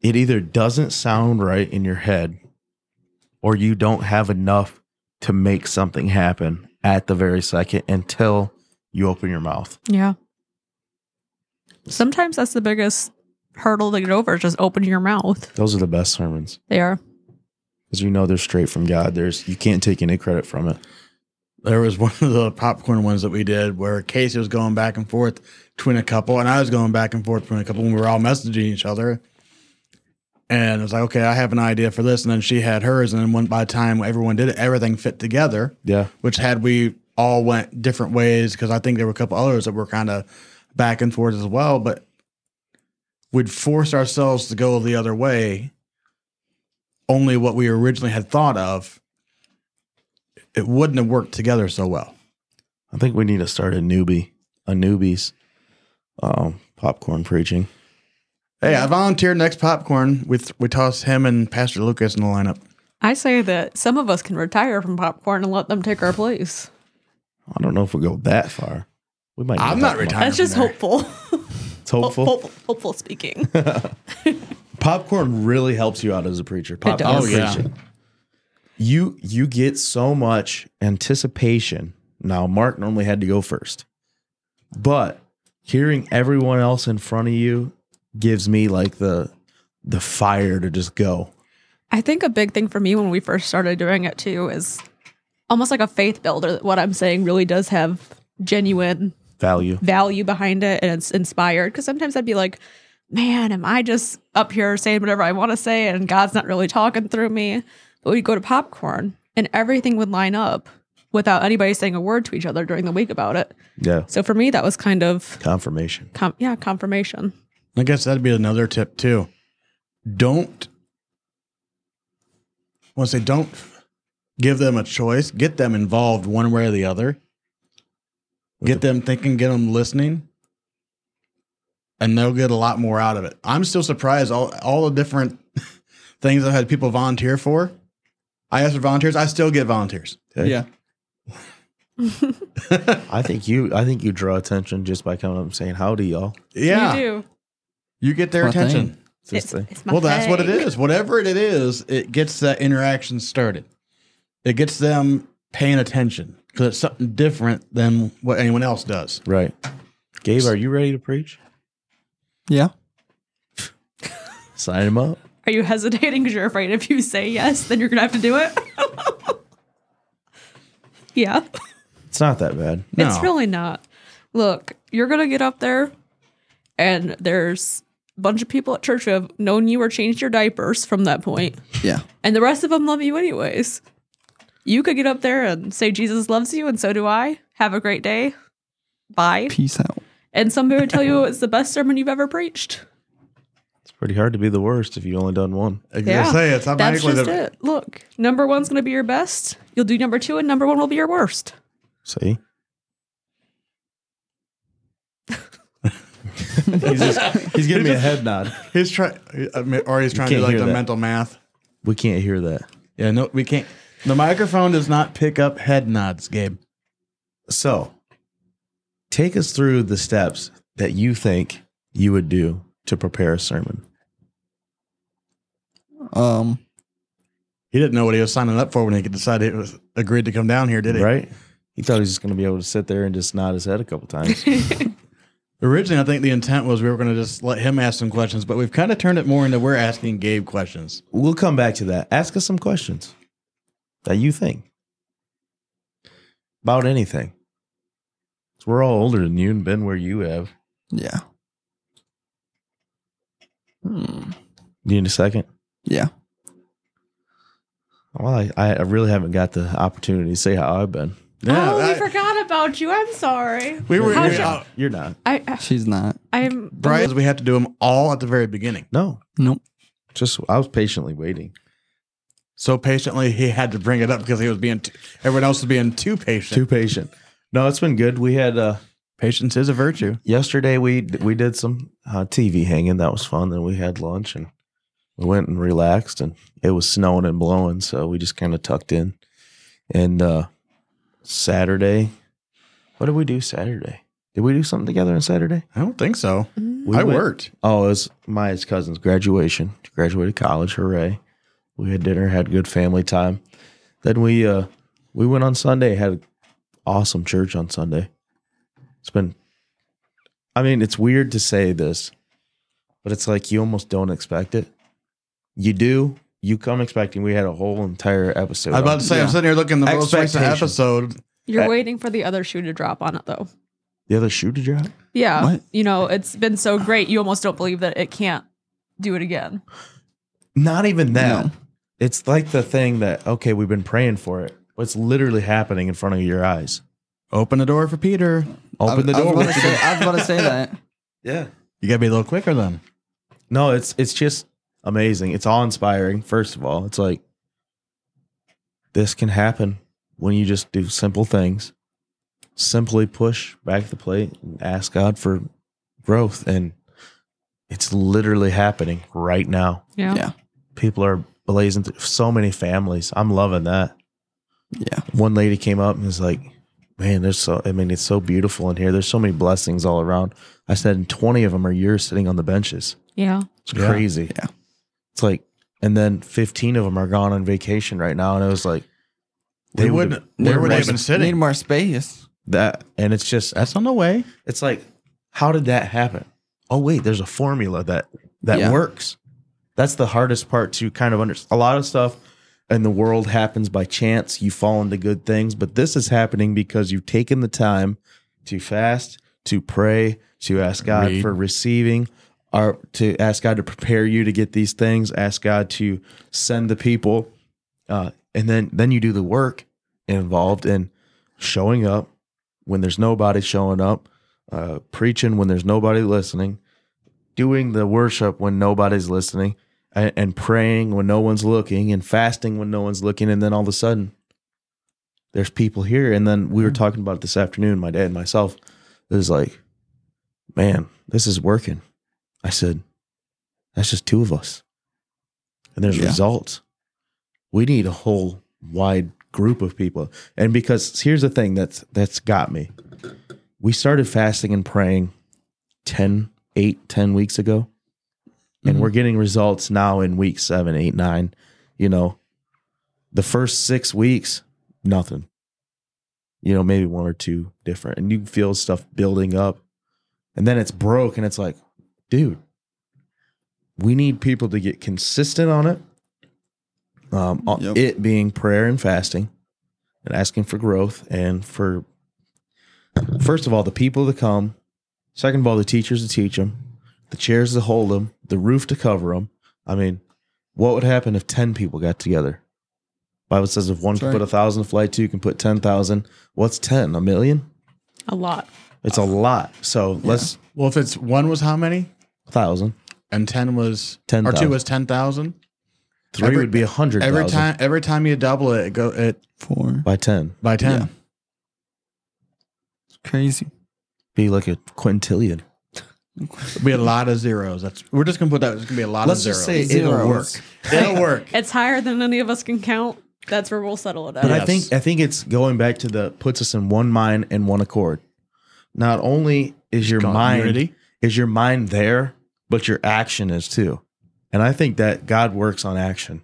Speaker 1: it either doesn't sound right in your head, or you don't have enough to make something happen at the very second until you open your mouth.
Speaker 2: Yeah. Sometimes that's the biggest hurdle to get over is just open your mouth.
Speaker 1: Those are the best sermons
Speaker 2: They are.
Speaker 1: because you know they're straight from God. There's you can't take any credit from it.
Speaker 3: There was one of the popcorn ones that we did where Casey was going back and forth between a couple, and I was going back and forth between a couple, and we were all messaging each other. And it was like, okay, I have an idea for this, and then she had hers, and then one by the time everyone did it, everything fit together.
Speaker 1: Yeah,
Speaker 3: Which had we all went different ways because I think there were a couple others that were kind of back and forth as well, but we'd force ourselves to go the other way, only what we originally had thought of. It wouldn't have worked together so well.
Speaker 1: I think we need to start a newbie, a newbies, um, popcorn preaching.
Speaker 3: Hey, I volunteered next popcorn. We th- we toss him and Pastor Lucas in the lineup.
Speaker 2: I say that some of us can retire from popcorn and let them take our place.
Speaker 1: I don't know if we go that far. We might.
Speaker 3: I'm
Speaker 1: need
Speaker 3: not Oh,
Speaker 1: help.
Speaker 3: retiring.
Speaker 2: That's just
Speaker 3: from there.
Speaker 2: hopeful.
Speaker 1: It's hopeful.
Speaker 2: hopeful. Hopeful speaking.
Speaker 1: popcorn really helps you out as a preacher. Popcorn
Speaker 2: does.
Speaker 3: Oh, yeah.
Speaker 1: preaching. You you get so much anticipation. Now Mark normally had to go first. But hearing everyone else in front of you gives me like the the fire to just go.
Speaker 2: I think a big thing for me when we first started doing it too is almost like a faith builder. that What I'm saying really does have genuine
Speaker 1: Value.
Speaker 2: value behind it and it's inspired. Because sometimes I'd be like, man, am I just up here saying whatever I want to say and God's not really talking through me? But we'd go to popcorn and everything would line up without anybody saying a word to each other during the week about it.
Speaker 1: Yeah.
Speaker 2: So for me, that was kind of,
Speaker 1: Confirmation.
Speaker 2: com- yeah, confirmation.
Speaker 3: I guess that'd be another tip too. Don't I want to say don't give them a choice. Get them involved one way or the other. Get them thinking. Get them listening, and they'll get a lot more out of it. I'm still surprised all all the different things I've had people volunteer for. I asked for volunteers. I still get volunteers.
Speaker 1: Okay.
Speaker 4: Yeah.
Speaker 1: I think you I think you draw attention just by coming up and saying howdy y'all.
Speaker 3: Yeah,
Speaker 2: You do.
Speaker 3: you get their
Speaker 4: My thing.
Speaker 3: attention.
Speaker 1: It's this thing.
Speaker 2: my
Speaker 3: well, that's what it
Speaker 2: thing.
Speaker 3: is. Whatever it is, it gets that interaction started. It gets them paying attention because it's something different than what anyone else does.
Speaker 1: Right. Gabe, are you ready to preach?
Speaker 4: Yeah.
Speaker 1: Sign him up.
Speaker 2: Are you hesitating because you're afraid if you say yes, then you're going to have to do it? yeah,
Speaker 1: It's not that bad.
Speaker 3: No,
Speaker 2: it's really not. Look, you're going to get up there, and there's a bunch of people at church who have known you or changed your diapers from that point,
Speaker 4: Yeah.
Speaker 2: and the rest of them love you anyways. You could get up there and say, Jesus loves you, and so do I. Have a great day. Bye.
Speaker 4: Peace out.
Speaker 2: And somebody would tell you it's the best sermon you've ever preached.
Speaker 1: It's pretty hard to be the worst if you've only done one.
Speaker 3: I was
Speaker 2: Yeah.
Speaker 3: gonna say it's
Speaker 2: That's
Speaker 3: automatically
Speaker 2: just
Speaker 3: the,
Speaker 2: it. Look, number one's going to be your best. You'll do number two, and number one will be your worst.
Speaker 1: See? he's, he's giving me a head nod.
Speaker 3: he's trying, or he's trying to
Speaker 1: can't
Speaker 3: do like
Speaker 1: hear
Speaker 3: the
Speaker 1: that.
Speaker 3: mental math.
Speaker 1: We can't hear that.
Speaker 3: Yeah, no, we can't. The microphone does not pick up head nods, Gabe.
Speaker 1: So, take us through the steps that you think you would do to prepare a sermon.
Speaker 4: Um,
Speaker 3: He didn't know what he was signing up for when he decided he was agreed to come down here, did he?
Speaker 1: Right? He thought he was just going to be able to sit there and just nod his head a couple times.
Speaker 3: Originally, I think the intent was we were going to just let him ask some questions, but we've kind of turned it more into we're asking Gabe questions.
Speaker 1: we'll come back to that. Ask us some questions that you think about anything. 'Cause We're all older than you and been where you have.
Speaker 4: yeah. Hmm.
Speaker 1: You need a second?
Speaker 4: Yeah.
Speaker 1: Well, I, I really haven't got the opportunity to say how I've been.
Speaker 2: oh,
Speaker 3: I-
Speaker 2: we forgot about you. I'm sorry.
Speaker 3: we were.
Speaker 2: How's
Speaker 3: we-
Speaker 2: your-
Speaker 3: uh,
Speaker 1: You're not.
Speaker 2: I,
Speaker 4: She's not.
Speaker 2: I'm
Speaker 3: Brian, we have to do them all at the very beginning.
Speaker 1: No,
Speaker 4: Nope.
Speaker 1: just I was patiently waiting.
Speaker 3: So patiently, he had to bring it up because he was being. Too, everyone else was being too patient.
Speaker 1: Too patient. No, it's been good. We had uh
Speaker 3: Patience is a virtue.
Speaker 1: yesterday we we did some uh, TV hanging. That was fun. Then we had lunch and we went and relaxed and it was snowing and blowing, so we just kind of tucked in. And uh Saturday, what did we do Saturday? Did we do something together on Saturday?
Speaker 3: I don't think so.
Speaker 2: Mm.
Speaker 1: We
Speaker 3: I
Speaker 1: went-
Speaker 3: worked.
Speaker 1: Oh, it was Maya's cousin's graduation. She graduated college. Hooray! We had dinner, had good family time. Then we uh we went on Sunday. Had an awesome church on Sunday. It's been, I mean, it's weird to say this, but it's like you almost don't expect it. You do. You come expecting. We had a whole entire episode.
Speaker 3: I was about to say, I'm
Speaker 4: Yeah.
Speaker 3: sitting here looking at the most recent
Speaker 1: Expectation.
Speaker 3: episode.
Speaker 2: You're
Speaker 1: Uh,
Speaker 2: waiting for the other shoe to drop on it, though.
Speaker 1: the other shoe to drop.
Speaker 2: Yeah.
Speaker 4: What?
Speaker 2: You know, it's been so great, you almost don't believe that it can't do it again.
Speaker 1: Not even that.
Speaker 4: No.
Speaker 1: It's like the thing that okay, we've been praying for it. It's literally happening in front of your eyes.
Speaker 3: Open the door for Peter.
Speaker 1: Open the
Speaker 4: I,
Speaker 1: door.
Speaker 4: I was, about
Speaker 1: with
Speaker 4: to
Speaker 1: you.
Speaker 4: say, I was about to say that.
Speaker 1: Yeah.
Speaker 3: You gotta be a little quicker then.
Speaker 1: No, it's it's just amazing. It's awe inspiring. First of all, it's like this can happen when you just do simple things. Simply push back the plate and ask God for growth, and it's literally happening right now.
Speaker 2: Yeah.
Speaker 4: Yeah.
Speaker 1: People are blazing through so many families. I'm loving that.
Speaker 4: Yeah.
Speaker 1: one lady came up and was like, "Man, there's so I mean, it's so beautiful in here. There's so many blessings all around." I said, "And twenty of them are yours sitting on the benches.
Speaker 2: Yeah.
Speaker 1: It's
Speaker 3: Yeah.
Speaker 1: crazy.
Speaker 4: Yeah.
Speaker 1: it's like, and then fifteen of them are gone on vacation right now." And it was like,
Speaker 3: They
Speaker 1: would've-
Speaker 3: wouldn't. Where would they have
Speaker 1: would've-
Speaker 3: been
Speaker 4: Need
Speaker 3: sitting?
Speaker 4: more space.
Speaker 1: that?" And it's just,
Speaker 3: That's on the way.
Speaker 1: it's like, how did that happen? Oh wait, there's a formula that that
Speaker 4: Yeah.
Speaker 1: works. That's the hardest part to kind of understand. A lot of stuff in the world happens by chance. You fall into good things, but this is happening because you've taken the time to fast, to pray, to ask God
Speaker 3: Read.
Speaker 1: for receiving, or to ask God to prepare you to get these things. Ask God to send the people, uh, and then then you do the work involved in showing up when there's nobody showing up, uh, preaching when there's nobody listening, doing the worship when nobody's listening, and, and praying when no one's looking, and fasting when no one's looking, and then all of a sudden, there's people here. And then we were talking about it this afternoon, my dad and myself. It was like, man, this is working. I said, that's just two of us, and there's
Speaker 4: Yeah.
Speaker 1: results. We need a whole wide group of people. And because here's the thing that's that's got me. We started fasting and praying 10, 8, 10 weeks ago. And we're getting results now in week seven, eight, nine. You know, the first six weeks, nothing. You know, maybe one or two different. And you can feel stuff building up. And then it's broke and it's like, dude, we need people to get consistent on it. Um, on
Speaker 4: Yep.
Speaker 1: it being prayer and fasting and asking for growth and for first of all, the people to come. Second of all, the teachers to teach them, the chairs to hold them, the roof to cover them. I mean, what would happen if 10 people got together? Bible says if one
Speaker 4: Sorry.
Speaker 1: can put a thousand to flight, two can put ten thousand. What's ten? A million?
Speaker 2: A lot.
Speaker 1: It's a
Speaker 3: Ah.
Speaker 1: lot. So let's
Speaker 3: Well, if it's one was how many
Speaker 1: thousand.
Speaker 3: and ten was
Speaker 1: Ten
Speaker 3: or two
Speaker 1: thousand.
Speaker 3: was ten thousand.
Speaker 1: Three
Speaker 3: Every-
Speaker 1: would be a hundred
Speaker 3: Every
Speaker 1: thousand
Speaker 3: time, every time you double it, it go it
Speaker 4: Four.
Speaker 1: by ten.
Speaker 3: by ten.
Speaker 4: Yeah. It's crazy.
Speaker 1: Be like a quintillion.
Speaker 3: It'll be a lot of zeros. That's we're just gonna put that. It's gonna be a lot
Speaker 1: Let's
Speaker 3: of
Speaker 1: just
Speaker 3: zeros.
Speaker 1: say it'll work.
Speaker 4: Zeros.
Speaker 3: it'll work.
Speaker 2: It's higher than any of us can count. That's where we'll settle it at.
Speaker 1: But
Speaker 3: Yes.
Speaker 1: I think I think it's going back to the puts us in one mind and one accord. Not only is your mind
Speaker 3: Continuity.
Speaker 1: is your mind there, but your action is too. And I think that God works on action.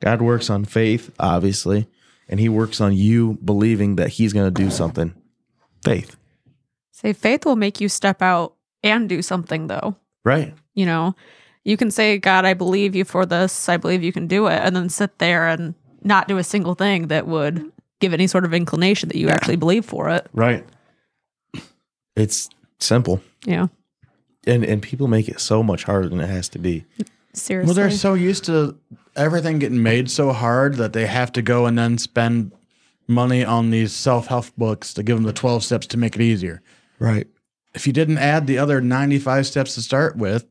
Speaker 1: God works on faith, obviously, and he works on you believing that he's going to do something. Faith,
Speaker 2: Say faith will make you step out and do something though.
Speaker 1: right?
Speaker 2: You know, you can say, God, I believe you for this. I believe you can do it. And then sit there and not do a single thing that would give any sort of inclination that you actually believe for it.
Speaker 1: Right. It's simple.
Speaker 2: You know,
Speaker 1: And and people make it so much harder than it has to be.
Speaker 2: seriously.
Speaker 3: Well, they're so used to everything getting made so hard that they have to go and then spend money on these self help books to give them the 12 steps to make it easier.
Speaker 1: Right.
Speaker 3: If you didn't add the other 95 steps to start with,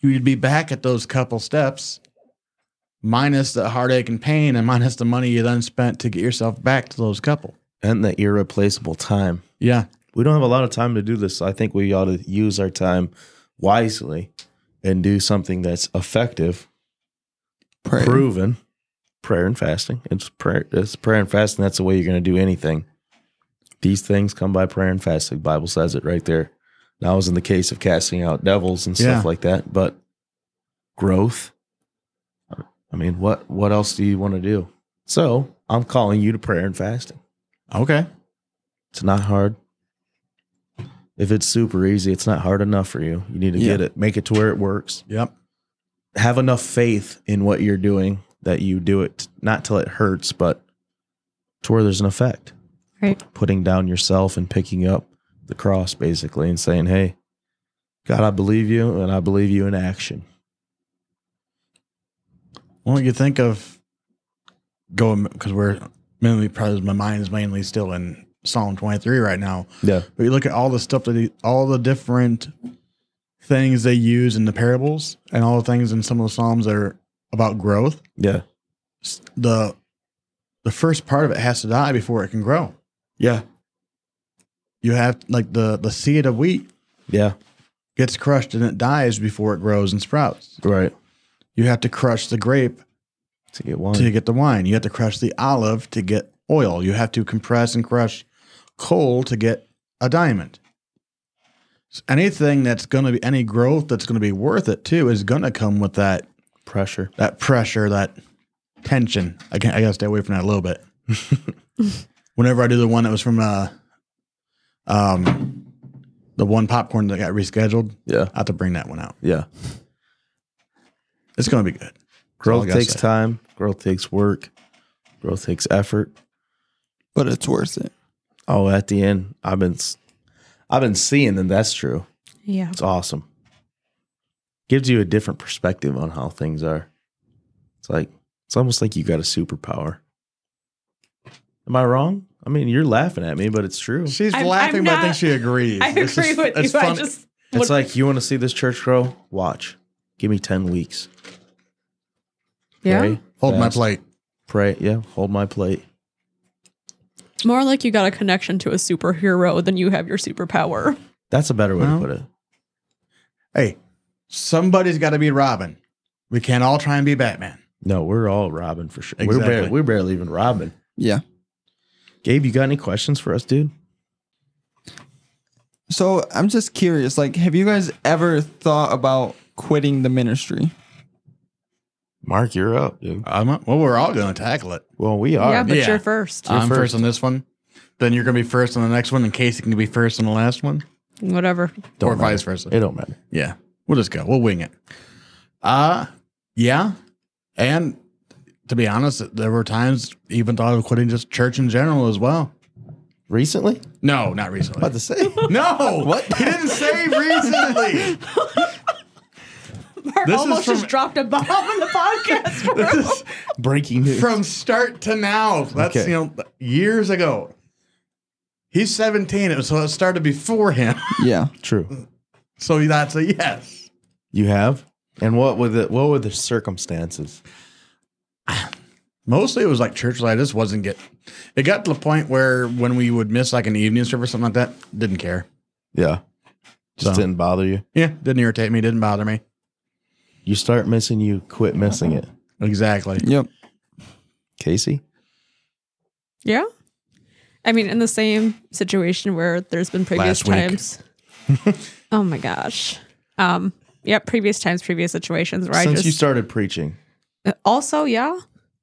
Speaker 3: you'd be back at those couple steps, minus the heartache and pain, and minus the money you then spent to get yourself back to those couple.
Speaker 1: And the irreplaceable time.
Speaker 3: Yeah.
Speaker 1: we don't have a lot of time to do this. So I think we ought to use our time wisely and do something that's effective,
Speaker 4: Prayer.
Speaker 1: proven. Prayer and fasting. It's prayer. It's prayer and fasting. That's the way you're going to do anything. These things come by prayer and fasting. Bible says it right there. Now was in the case of casting out devils and stuff
Speaker 3: Yeah.
Speaker 1: like that, but growth. I mean, what what else do you want to do? So I'm calling you to prayer and fasting.
Speaker 3: Okay.
Speaker 1: It's not hard. If it's super easy, it's not hard enough for you. You need to
Speaker 4: Yeah.
Speaker 1: get it, make it to where it works.
Speaker 3: Yep.
Speaker 1: Have enough faith in what you're doing that you do it not till it hurts, but to where there's an effect.
Speaker 2: Right.
Speaker 1: Putting down yourself and picking up the cross basically and saying, Hey, God, I believe you and I believe you in action.
Speaker 3: Well, you think of going because we're mainly probably my mind's mainly still in Psalm 23 right now.
Speaker 1: Yeah.
Speaker 3: But you look at all the stuff that he, all the different things they use in the parables and all the things in some of the psalms that are about growth.
Speaker 1: Yeah.
Speaker 3: s- The the first part of it has to die before it can grow.
Speaker 1: Yeah.
Speaker 3: You have like the the seed of wheat
Speaker 1: Yeah.
Speaker 3: gets crushed and it dies before it grows and sprouts.
Speaker 1: Right.
Speaker 3: You have to crush the grape
Speaker 1: To get one.
Speaker 3: to get the wine. You have to crush the olive to get oil. You have to compress and crush coal to get a diamond. So anything that's going to be any growth that's going to be worth it too is going to come with that
Speaker 1: pressure.
Speaker 3: that pressure, that tension. I can I got to stay away from that a little bit. Whenever I do the one that was from uh um the one popcorn that got rescheduled,
Speaker 1: Yeah.
Speaker 3: I have to bring that one out.
Speaker 1: Yeah.
Speaker 3: It's going to be good. all I
Speaker 1: Growth
Speaker 3: gotta
Speaker 1: takes
Speaker 3: say.
Speaker 1: time. Growth takes work. Growth takes effort.
Speaker 4: But it's worth it.
Speaker 1: Oh, at the end, I've been, s- I've been seeing that that's true.
Speaker 2: yeah.
Speaker 1: It's awesome. Gives you a different perspective on how things are. It's like it's almost like you got a superpower. Am I wrong? I mean, you're laughing at me, but it's true.
Speaker 3: She's
Speaker 2: I'm-
Speaker 3: laughing,
Speaker 2: I'm
Speaker 3: but I think
Speaker 2: not-
Speaker 3: she agrees.
Speaker 2: I agree
Speaker 3: This is-
Speaker 2: with you.
Speaker 3: it's
Speaker 2: I
Speaker 3: fun-
Speaker 2: just,
Speaker 1: It's
Speaker 2: what-
Speaker 1: like you want to see this church grow? Watch. Give me ten weeks.
Speaker 2: yeah.
Speaker 1: Pray,
Speaker 3: hold my
Speaker 1: fast,
Speaker 3: plate.
Speaker 1: Pray. Yeah. Hold my plate.
Speaker 2: More like you got a connection to a superhero than you have your superpower.
Speaker 1: That's a better way
Speaker 3: Well,
Speaker 1: to put it.
Speaker 3: hey, somebody's got to be Robin. We can't all try and be Batman.
Speaker 1: No, we're all robbing for sure. We're barely,
Speaker 3: Exactly.
Speaker 1: we're barely even robbing.
Speaker 4: Yeah.
Speaker 1: Gabe, you got any questions for us, dude?
Speaker 4: So I'm just curious. Like, have you guys ever thought about quitting the ministry?
Speaker 1: Mark, you're up, dude.
Speaker 3: I'm a- well, we're all going to tackle it.
Speaker 1: Well, we are.
Speaker 2: yeah, but
Speaker 3: Yeah.
Speaker 2: you're first.
Speaker 1: You're
Speaker 3: I'm first.
Speaker 1: first.
Speaker 3: on this one. Then you're going to be first on the next one, and Casey can be first on the last one,
Speaker 2: Whatever.
Speaker 1: Don't
Speaker 3: or vice
Speaker 1: matter.
Speaker 3: versa.
Speaker 1: It don't matter.
Speaker 3: yeah, we'll just go. We'll wing it. Uh yeah. And to be honest, there were times even thought of quitting just church in general as well.
Speaker 1: Recently?
Speaker 3: No, not recently.
Speaker 1: to say.
Speaker 3: no, what he didn't say recently.
Speaker 2: Mark
Speaker 3: This is
Speaker 2: almost
Speaker 3: from-
Speaker 2: just dropped a bomb in the podcast room.
Speaker 1: Breaking news.
Speaker 3: from start to now. That's
Speaker 1: Okay.
Speaker 3: you know years ago. He's 17, it was- so it started before him.
Speaker 4: Yeah.
Speaker 1: True.
Speaker 3: So that's a yes.
Speaker 1: You have? And what were the what were the circumstances?
Speaker 3: Mostly it was like church light. I just wasn't get. It got to the point where when we would miss like an evening service or something like that, didn't care.
Speaker 1: Yeah. Just
Speaker 3: So.
Speaker 1: didn't bother you.
Speaker 3: Yeah, didn't irritate me, didn't bother me.
Speaker 1: You start missing, you quit missing it.
Speaker 3: Exactly.
Speaker 4: Yep.
Speaker 1: Casey?
Speaker 2: Yeah. I mean, in the same situation where there's been previous
Speaker 3: Last week.
Speaker 2: times. oh my gosh. Um, yep, previous times, previous situations where I
Speaker 1: Since
Speaker 2: just
Speaker 1: you started preaching.
Speaker 2: also, yeah.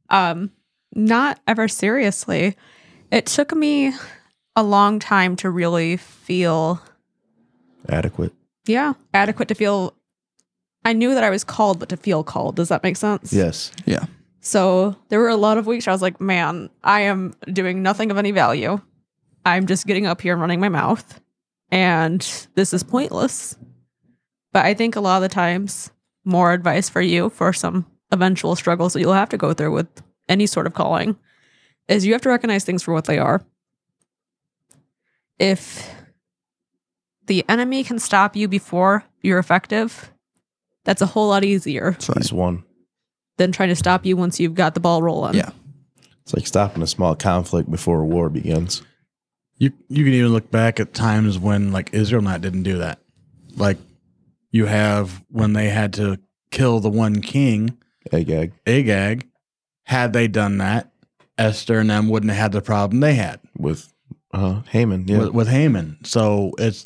Speaker 2: Um, not ever seriously. It took me a long time to really feel
Speaker 1: Adequate.
Speaker 2: yeah, adequate to feel I knew that I was called, but to feel called. Does that make sense?
Speaker 1: Yes.
Speaker 4: Yeah.
Speaker 2: So there were a lot of weeks where I was like, man, I am doing nothing of any value. I'm just getting up here and running my mouth, and this is pointless. But I think a lot of the times, more advice for you for some eventual struggles that you'll have to go through with any sort of calling is you have to recognize things for what they are. If the enemy can stop you before you're effective, that's a whole lot easier
Speaker 4: That's right.
Speaker 1: He's one.
Speaker 2: than trying to stop you once you've got the ball rolling.
Speaker 4: Yeah.
Speaker 1: It's like stopping a small conflict before a war begins.
Speaker 3: You you can even look back at times when like Israel not didn't do that. Like you have when they had to kill the one king,
Speaker 1: Egg egg.
Speaker 3: Agag. Had they done that, Esther and them wouldn't have had the problem they had.
Speaker 1: with uh Haman. Yeah.
Speaker 3: with, with Haman. So it's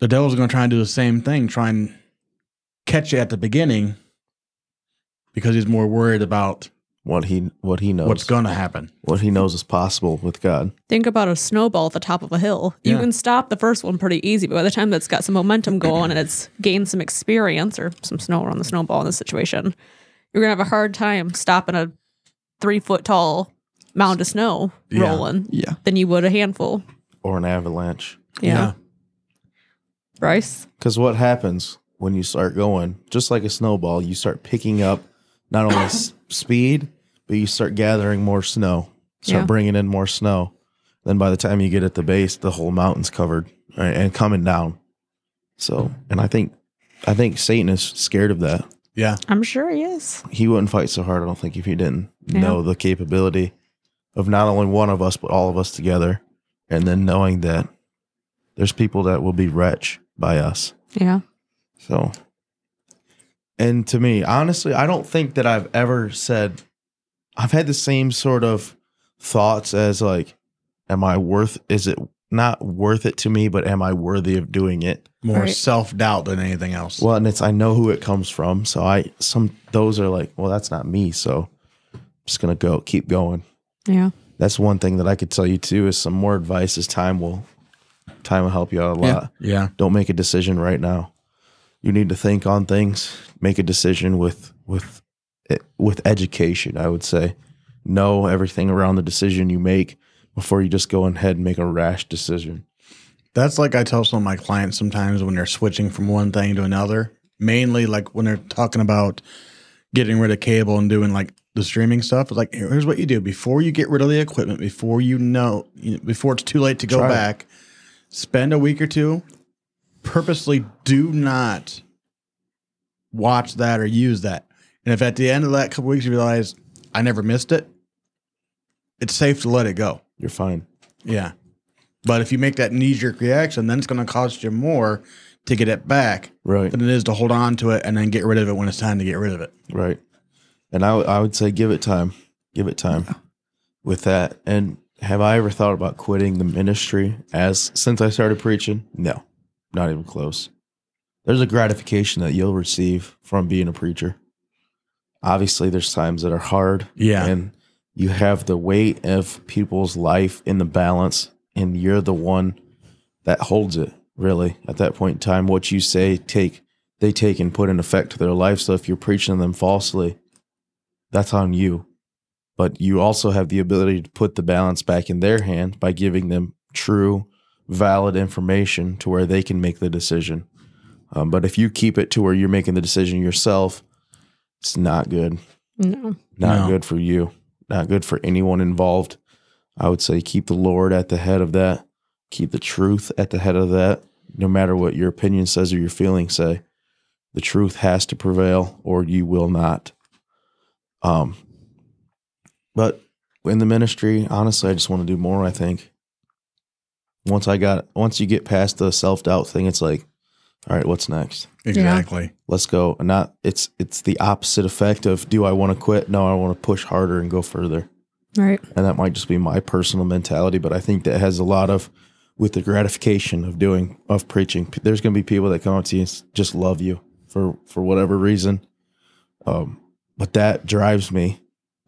Speaker 3: the devil's going to try and do the same thing, try and catch you at the beginning because he's more worried about
Speaker 1: what he what he knows.
Speaker 3: what's going to happen.
Speaker 1: what he knows is possible with God.
Speaker 2: Think about a snowball at the top of a hill. You
Speaker 3: Yeah.
Speaker 2: can stop the first one pretty easy, but by the time that's got some momentum going and it's gained some experience or some snow on the snowball in this situation, you're going to have a hard time stopping a three foot tall mound of snow
Speaker 3: Yeah.
Speaker 2: rolling
Speaker 4: Yeah.
Speaker 2: than you would a handful.
Speaker 1: Or an avalanche.
Speaker 2: Yeah. Bryce?
Speaker 1: Because what happens when you start going, just like a snowball, you start picking up not only s- speed, but you start gathering more snow, start
Speaker 2: Yeah.
Speaker 1: bringing in more snow. Then by the time you get at the base, the whole mountain's covered a- and coming down. So, and I think, I think Satan is scared of that.
Speaker 3: Yeah.
Speaker 2: I'm sure he is.
Speaker 1: He wouldn't fight so hard. I don't think if he didn't
Speaker 2: Yeah.
Speaker 1: know the capability of not only one of us but all of us together, and then knowing that there's people that will be wretched by us.
Speaker 2: Yeah.
Speaker 1: So, and to me, honestly, I don't think that I've ever said, I've had the same sort of thoughts as like, am I worth, is it not worth it to me, but am I worthy of doing it?
Speaker 3: More
Speaker 2: Right.
Speaker 3: self doubt than anything else.
Speaker 1: Well, and it's, I know who it comes from. So I, some, those are like, well, that's not me. So I'm just going to go, keep going.
Speaker 2: Yeah.
Speaker 1: That's one thing that I could tell you too is some more advice is time will, time will help you out a lot.
Speaker 4: Yeah.
Speaker 3: yeah.
Speaker 1: don't make a decision right now you need to think on things make a decision with with eh, with education i would say know everything around the decision you make before you just go ahead and make a rash decision
Speaker 3: That's like I tell some of my clients sometimes when they're switching from one thing to another, mainly like when they're talking about getting rid of cable and doing like the streaming stuff. It's like, here- here's what you do before you get rid of the equipment, before you know, you know, before it's too late to go
Speaker 1: Try it.
Speaker 3: back, spend a week or two. Purposely do not watch that or use that. And if at the end of that couple weeks you realize I never missed it, it's safe to let it go.
Speaker 1: you're fine
Speaker 3: Yeah. But if you make that knee jerk reaction, then it's going to cost you more to get it back
Speaker 1: right
Speaker 3: than it is to hold on to it and then get rid of it when it's time to get rid of it.
Speaker 1: right and I would- I would say give it time give it time with that and have i ever thought about quitting the ministry as since i started preaching no not even close there's a gratification that you'll receive from being a preacher obviously there's times that are hard
Speaker 3: Yeah.
Speaker 1: and you have the weight of people's life in the balance and you're the one that holds it really at that point in time what you say take they take and put in effect to their life so if you're preaching them falsely that's on you but you also have the ability to put the balance back in their hands by giving them true valid information to where they can make the decision Um, but if you keep it to where you're making the decision yourself, it's not good.
Speaker 2: No.
Speaker 1: Not
Speaker 3: No.
Speaker 1: good for you. Not good for anyone involved. I would say keep the Lord at the head of that. Keep the truth at the head of that. No matter what your opinion says or your feelings say, the truth has to prevail or you will not. Um, but in the ministry, honestly, I just want to do more. I think once I got, once you get past the self doubt thing, it's like, all right, what's next?
Speaker 3: Exactly.
Speaker 1: let's go and not it's it's the opposite effect of do i want to quit no i want to push harder and go further
Speaker 2: Right.
Speaker 1: and that might just be my personal mentality but i think that has a lot of with the gratification of doing of preaching P- there's going to be people that come up to you and s- just love you for for whatever reason um but that drives me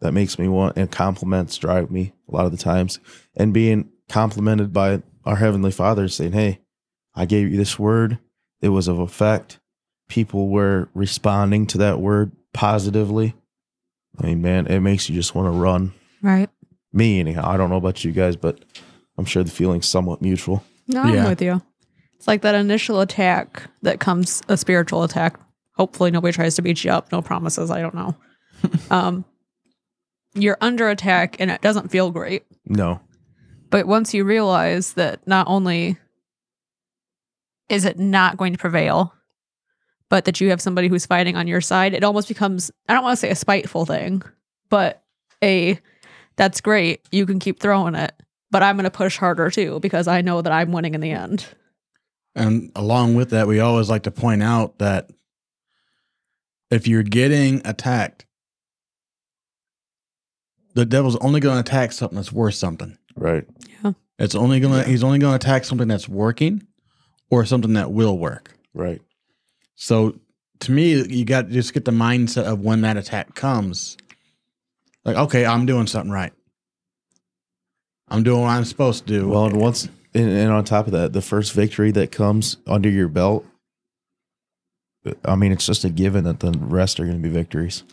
Speaker 1: that makes me want and compliments drive me a lot of the times and being complimented by our heavenly father saying hey i gave you this word it was of effect people were responding to that word positively i mean man it makes you just want to run
Speaker 2: Right.
Speaker 1: me anyhow i don't know about you guys but i'm sure the feeling's somewhat mutual
Speaker 2: No, I'm
Speaker 3: Yeah.
Speaker 2: with you. It's like that initial attack that comes a spiritual attack. Hopefully nobody tries to beat you up. No promises. I don't know. um you're under attack and it doesn't feel great.
Speaker 1: no
Speaker 2: But once you realize that not only is it not going to prevail, but that you have somebody who's fighting on your side, it almost becomes I don't want to say a spiteful thing, but a that's great. You can keep throwing it, but I'm going to push harder too because I know that I'm winning in the end.
Speaker 3: And along with that, we always like to point out that if you're getting attacked, the devil's only going to attack something that's worth something.
Speaker 1: right
Speaker 3: It's only going to he's only going to attack something that's working or something that will work.
Speaker 1: right
Speaker 3: So to me, you got to just get the mindset of when that attack comes. Like, okay, I'm doing something right. I'm doing what I'm supposed to do.
Speaker 1: well and once and, and on top of that the first victory that comes under your belt i mean it's just a given that the rest are going to be victories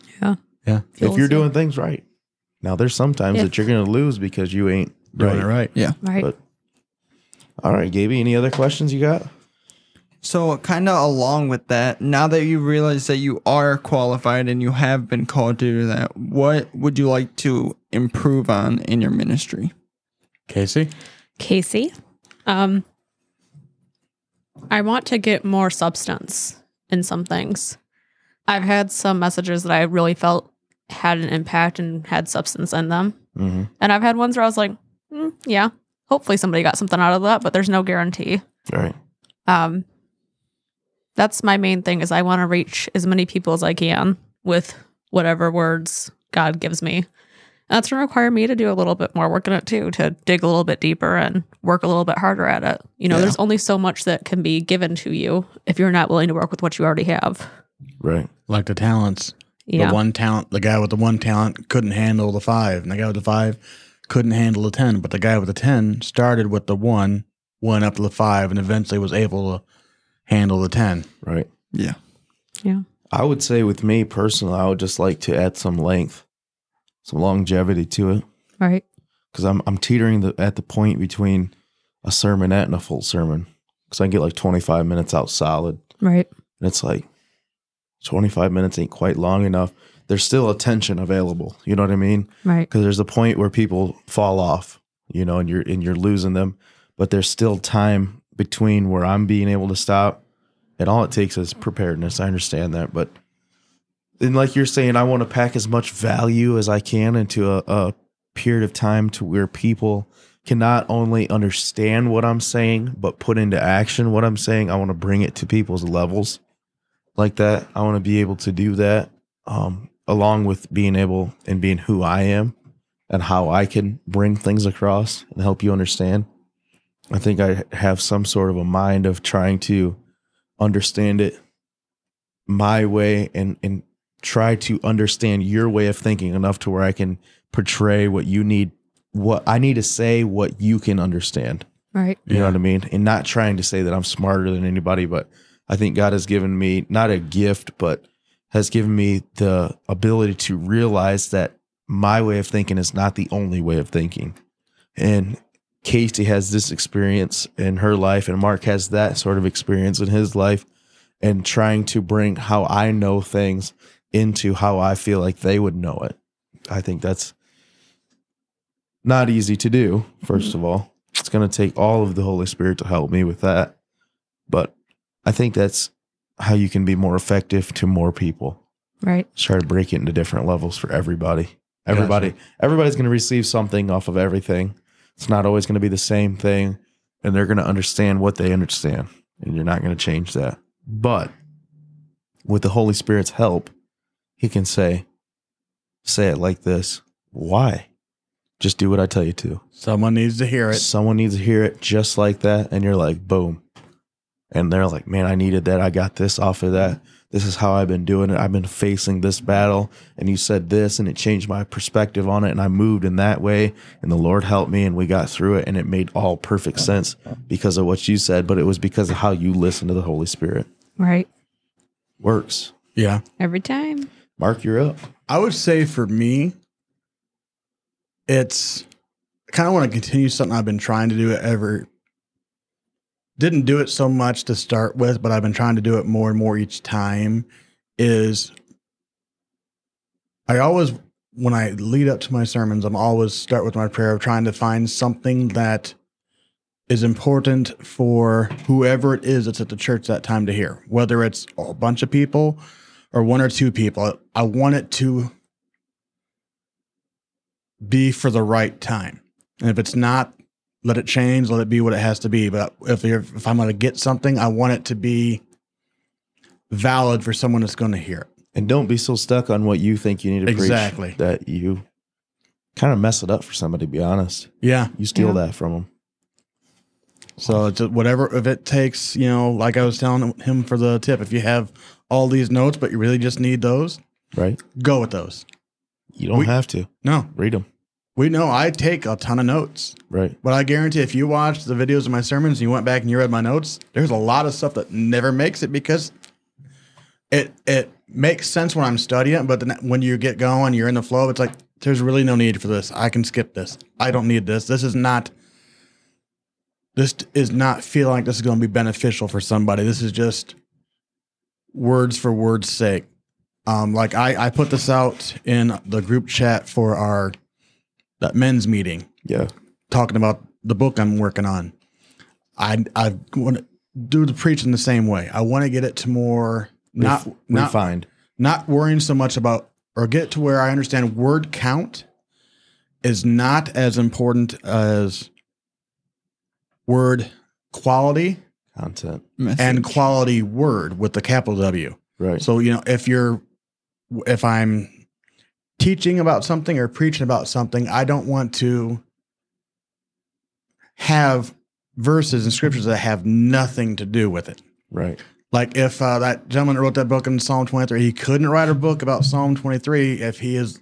Speaker 1: if you're doing things right now there's sometimes
Speaker 2: Yeah.
Speaker 1: that you're going to lose because you ain't
Speaker 3: doing it right.
Speaker 2: right,
Speaker 1: but- all right gaby any other questions you got
Speaker 4: So, kind of along with that, now that you realize that you are qualified and you have been called to do that, what would you like to improve on in your ministry?
Speaker 3: Casey?
Speaker 2: Casey, um, I want to get more substance in some things. I've had some messages that I really felt had an impact and had substance in them.
Speaker 1: mm-hmm.
Speaker 2: And I've had ones where I was like, "Mm, yeah, hopefully somebody got something out of that, but there's no guarantee.
Speaker 1: all right
Speaker 2: Um, that's my main thing is I want to reach as many people as I can with whatever words God gives me. And that's going to require me to do a little bit more work in it too, to dig a little bit deeper and work a little bit harder at it. You know,
Speaker 4: Yeah.
Speaker 2: there's only so much that can be given to you if you're not willing to work with what you already have.
Speaker 1: right
Speaker 3: Like the talents.
Speaker 2: Yeah.
Speaker 3: The one talent, the guy with the one talent couldn't handle the five, and the guy with the five couldn't handle the ten. But the guy with the ten started with the one, went up to the five, and eventually was able to handle the ten.
Speaker 1: right
Speaker 4: Yeah.
Speaker 1: I would say with me personally, I would just like to add some length, some longevity to it,
Speaker 2: right.
Speaker 1: because I'm I'm teetering the, at the point between a sermonette and a full sermon, because I can get like 25 minutes out solid,
Speaker 2: Right.
Speaker 1: and it's like 25 minutes ain't quite long enough. There's still attention available, you know what I mean?
Speaker 2: Right.
Speaker 1: because there's a point where people fall off, you know, and you're and you're losing them, but there's still time between where I'm being able to stop, and all it takes is preparedness. I understand that, but and like you're saying, I want to pack as much value as I can into a, a period of time to where people can not only understand what I'm saying but put into action what I'm saying. I want to bring it to people's levels like that. I want to be able to do that um, along with being able and being who I am and how I can bring things across and help you understand. I think I have some sort of a mind of trying to understand it my way and and try to understand your way of thinking enough to where I can portray what you need what I need to say what you can understand.
Speaker 2: Right.
Speaker 1: You know what I mean? And not trying to say that I'm smarter than anybody, but I think God has given me not a gift, but has given me the ability to realize that my way of thinking is not the only way of thinking. And Casey has this experience in her life, and Mark has that sort of experience in his life. and trying to bring how I know things into how I feel like they would know it. I think that's not easy to do, first of all. It's going to take all of the Holy Spirit to help me with that. But I think that's how you can be more effective to more people.
Speaker 2: Right.
Speaker 1: Just try to break it into different levels for everybody. Everybody, everybody's going to receive something off of everything. It's not always going to be the same thing, and they're going to understand what they understand, and you're not going to change that. But with the Holy Spirit's help, He can say, "Say it like this. Why? Just do what I tell you to.
Speaker 3: Someone needs to hear it.
Speaker 1: Someone needs to hear it just like that, and you're like, boom. And they're like, man, I needed that. I got this off of that. This is how I've been doing it. I've been facing this battle, and you said this, and it changed my perspective on it. And I moved in that way, and the Lord helped me, and we got through it, and it made all perfect sense because of what you said, but it was because of how you listened to the Holy Spirit.
Speaker 2: Right.
Speaker 1: Works.
Speaker 3: Yeah.
Speaker 2: Every time.
Speaker 1: Mark, you're up.
Speaker 3: I would say for me, it's I kind of want to continue something I've been trying to do ever. Didn't do it so much to start with, but I've been trying to do it more and more each time. Is I always, when I lead up to my sermons, I'm always start with my prayer of trying to find something that is important for whoever it is that's at the church that time to hear, whether it's a bunch of people or one or two people. I want it to be for the right time. And if it's not, let it change, let it be what it has to be. But if you're, if I'm going to get something, I want it to be valid for someone that's going to hear it.
Speaker 1: And don't be so stuck on what you think you need to
Speaker 3: Exactly.
Speaker 1: preach that you kind of mess it up for somebody, to be honest.
Speaker 3: Yeah.
Speaker 1: You steal
Speaker 2: Yeah.
Speaker 1: that from them.
Speaker 3: So it's whatever if it takes, you know, like I was telling him for the tip, if you have all these notes but you really just need those,
Speaker 1: right?
Speaker 3: go with those.
Speaker 1: You don't
Speaker 3: We-
Speaker 1: have to
Speaker 3: No.
Speaker 1: read them,
Speaker 3: We know I take a ton of notes.
Speaker 1: right?
Speaker 3: But I guarantee if you watched the videos of my sermons and you went back and you read my notes, there's a lot of stuff that never makes it because it it makes sense when I'm studying it, but then when you get going, you're in the flow, it's like there's really no need for this. I can skip this. I don't need this. This is not this is not feeling like this is going to be beneficial for somebody. This is just words for words sake. Um, like I, I put this out in the group chat for our that men's meeting
Speaker 1: Yeah,
Speaker 3: talking about the book I'm working on. I I want to do the preaching the same way. I want to get it to more not
Speaker 1: Ref-
Speaker 3: not
Speaker 1: refined.
Speaker 3: not worrying so much about or get to where I understand word count is not as important as word quality
Speaker 1: content,
Speaker 3: and
Speaker 4: Message.
Speaker 3: quality word with the capital W.
Speaker 1: right?
Speaker 3: So you know, if you're, if I'm teaching about something or preaching about something, I don't want to have verses and scriptures that have nothing to do with it.
Speaker 1: right,
Speaker 3: Like if uh, that gentleman that wrote that book in Psalm 23, he couldn't write a book about Psalm 23 if he is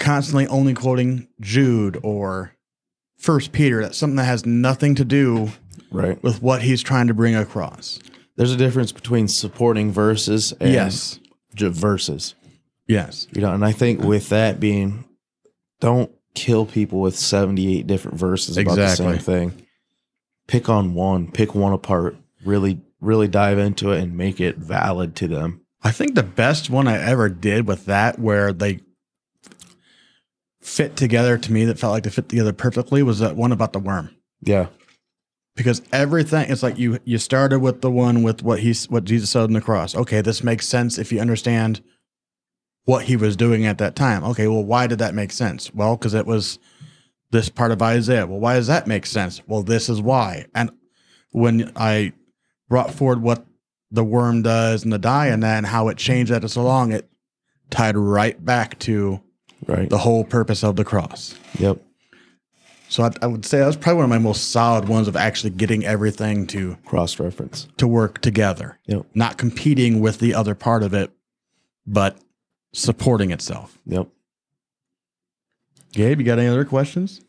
Speaker 3: constantly only quoting Jude or First Peter. That's something that has nothing to do
Speaker 1: right.
Speaker 3: with what he's trying to bring across.
Speaker 1: There's a difference between supporting verses and j- verses.
Speaker 3: Yes.
Speaker 1: You know, and I think with that being, don't kill people with 78 different verses about the
Speaker 3: Exactly.
Speaker 1: same thing. Pick on one, pick one apart, really, really dive into it and make it valid to them.
Speaker 3: I think the best one I ever did with that, where they fit together to me that felt like they fit together perfectly, was that one about the worm.
Speaker 1: Yeah,
Speaker 3: Because everything, it's like you you started with the one with what he's what Jesus said on the cross. Okay, this makes sense if you understand what he was doing at that time. Okay, well, why did that make sense? Well, because it was this part of Isaiah. Well, why does that make sense? Well, this is why. And when I brought forward what the worm does and the dye and that and how it changed after so long, it tied right back to
Speaker 1: right.
Speaker 3: the whole purpose of the cross.
Speaker 1: Yep.
Speaker 3: So I, I would say that was probably one of my most solid ones of actually getting everything to
Speaker 1: Cross reference.
Speaker 3: to work together,
Speaker 1: Yep.
Speaker 3: not competing with the other part of it, but supporting itself.
Speaker 1: Yep.
Speaker 3: Gabe, you got any other questions?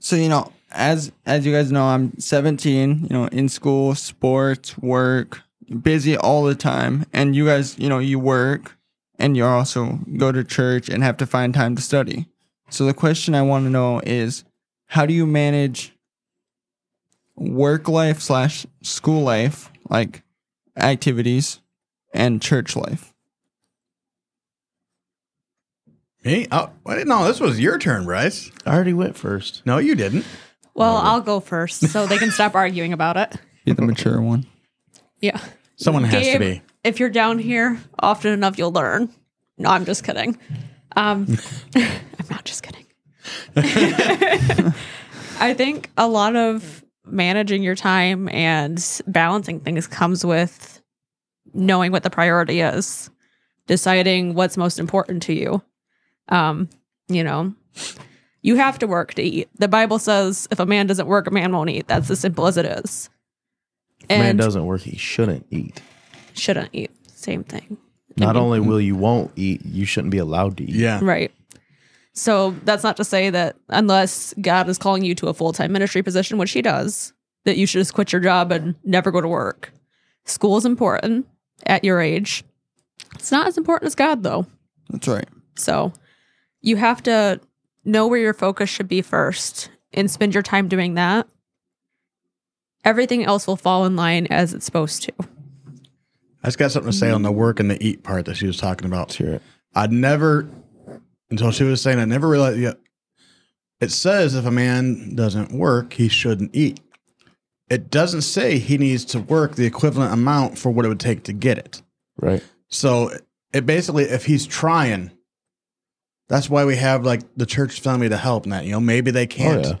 Speaker 4: so you know as as you guys know i'm 17 you know in school sports work busy all the time and you guys you know you work and you also go to church and have to find time to study so the question i want to know is how do you manage work life slash school life like activities and church life.
Speaker 3: Me? Oh, I didn't know this was your turn, Bryce.
Speaker 1: I already went first.
Speaker 3: No, you didn't.
Speaker 2: Well, I'll go first so they can stop arguing about it.
Speaker 4: Be the mature one.
Speaker 2: Yeah.
Speaker 3: Someone has to
Speaker 2: Gabe,
Speaker 3: be.
Speaker 2: If you're down here often enough, you'll learn. No, I'm just kidding. Um, I'm not just kidding. I think a lot of managing your time and balancing things comes with knowing what the priority is, deciding what's most important to you. Um, you know, you have to work to eat. The Bible says if a man doesn't work, a man won't eat. That's as simple as it is.
Speaker 1: Man
Speaker 2: And
Speaker 1: doesn't work, he shouldn't eat.
Speaker 2: shouldn't eat. Same thing.
Speaker 1: Not only will you won't eat, you shouldn't be allowed to eat.
Speaker 3: Yeah.
Speaker 2: Right. So that's not to say that unless God is calling you to a full time ministry position, which He does, that you should just quit your job and never go to work. School is important at your age. It's not as important as God, though.
Speaker 4: That's right.
Speaker 2: So you have to know where your focus should be first and spend your time doing that. Everything else will fall in line as it's supposed to.
Speaker 3: I just got something to say on the work and the eat part that she was talking about.
Speaker 1: Let's hear it.
Speaker 3: I'd never, until she was saying, I never realized yet. It says if a man doesn't work, he shouldn't eat. It doesn't say he needs to work the equivalent amount for what it would take to get it.
Speaker 1: Right.
Speaker 3: So it basically, if he's trying, that's why we have like the church family to help. And that you know maybe they can't
Speaker 1: Oh, yeah.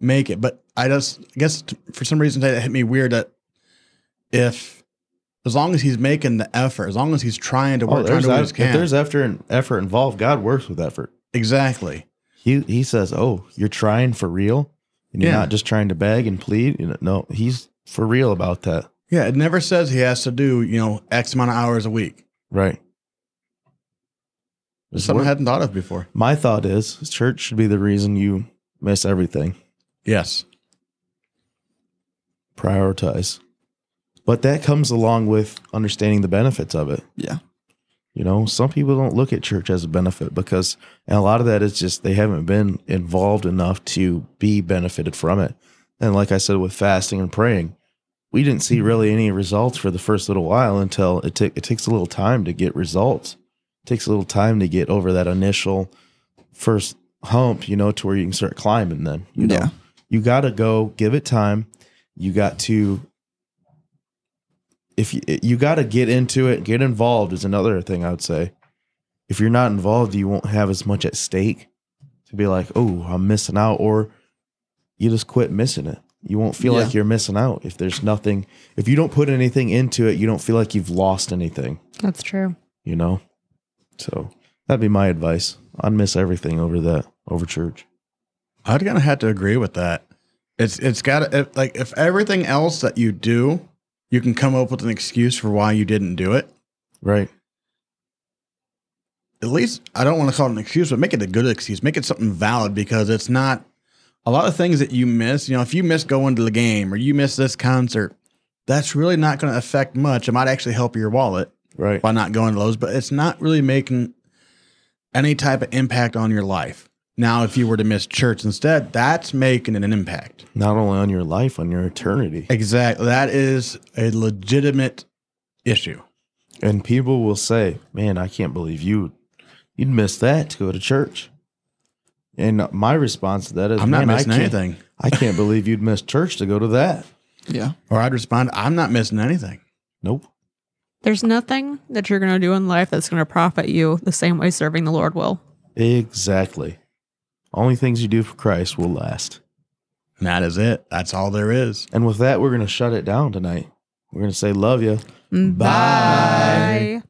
Speaker 3: make it, but I just I guess t- for some reason today it hit me weird that if as long as he's making the effort, as long as he's trying to
Speaker 1: Oh,
Speaker 3: work, trying
Speaker 1: there's
Speaker 3: to do what
Speaker 1: that,
Speaker 3: he
Speaker 1: if
Speaker 3: can,
Speaker 1: there's effort and effort involved, God works with effort.
Speaker 3: exactly.
Speaker 1: He he says, "Oh, you're trying for real, and you're
Speaker 3: Yeah.
Speaker 1: not just trying to beg and plead." You know, no, he's for real about that.
Speaker 3: Yeah, it never says he has to do you know X amount of hours a week.
Speaker 1: Right.
Speaker 3: It's
Speaker 1: Just
Speaker 3: something
Speaker 1: work.
Speaker 3: I hadn't thought of before.
Speaker 1: My thought is, church should be the reason you miss everything.
Speaker 3: Yes,
Speaker 1: Prioritize, but that comes along with understanding the benefits of it.
Speaker 4: Yeah.
Speaker 1: You know, some people don't look at church as a benefit because, and a lot of that is just they haven't been involved enough to be benefited from it. And like I said, with fasting and praying, we didn't see really any results for the first little while until it, took it takes a little time to get results. It takes a little time to get over that initial first hump, you know, to where you can start climbing then. You know?
Speaker 4: Yeah.
Speaker 1: You got to go give it time. You got to if you, you got to get into it, get involved is another thing I would say. If you're not involved, you won't have as much at stake to be like, oh, I'm missing out, or you just quit missing it. You won't feel
Speaker 4: Yeah.
Speaker 1: like you're missing out if there's nothing. If you don't put anything into it, you don't feel like you've lost anything.
Speaker 2: That's true.
Speaker 1: You know, so that'd be my advice. I'd miss everything over that over church.
Speaker 3: I'd kind of have to agree with that. It's it's got to like if everything else that you do, you can come up with an excuse for why you didn't do it.
Speaker 1: Right.
Speaker 3: at least I don't want to call it an excuse, but make it a good excuse. Make it something valid because it's not a lot of things that you miss. You know, if you miss going to the game or you miss this concert, that's really not going to affect much. It might actually help your wallet
Speaker 1: Right.
Speaker 3: by not going to those, but it's not really making any type of impact on your life. Now, if you were to miss church instead, that's making an impact.
Speaker 1: Not only on your life, on your eternity.
Speaker 3: Exactly. That is a legitimate issue.
Speaker 1: And people will say, "Man, I can't believe you you'd miss that to go to church." And my response to that is,
Speaker 3: I'm not
Speaker 1: "Man,
Speaker 3: missing
Speaker 1: I can't,
Speaker 3: anything.
Speaker 1: I can't believe you'd miss church to go to that."
Speaker 4: Yeah.
Speaker 3: Or I'd respond, I'm not missing anything.
Speaker 1: Nope.
Speaker 2: There's nothing that you're going to do in life that's going to profit you the same way serving the Lord will.
Speaker 1: Exactly. Only things you do for Christ will last.
Speaker 3: And that is it. That's all there is.
Speaker 1: And with that, we're going to shut it down tonight. We're going to say, love you. Bye.
Speaker 2: Bye.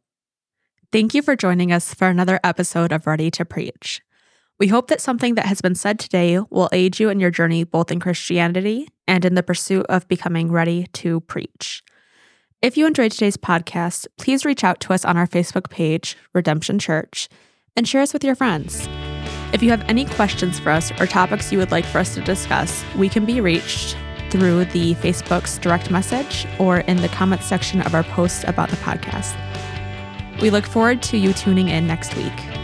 Speaker 2: Thank you for joining us for another episode of Ready to Preach. We hope that something that has been said today will aid you in your journey both in Christianity and in the pursuit of becoming ready to preach. If you enjoyed today's podcast, please reach out to us on our Facebook page, Redemption Church, and share us with your friends. If you have any questions for us or topics you would like for us to discuss, we can be reached through the Facebook's direct message or in the comments section of our post about the podcast. We look forward to you tuning in next week.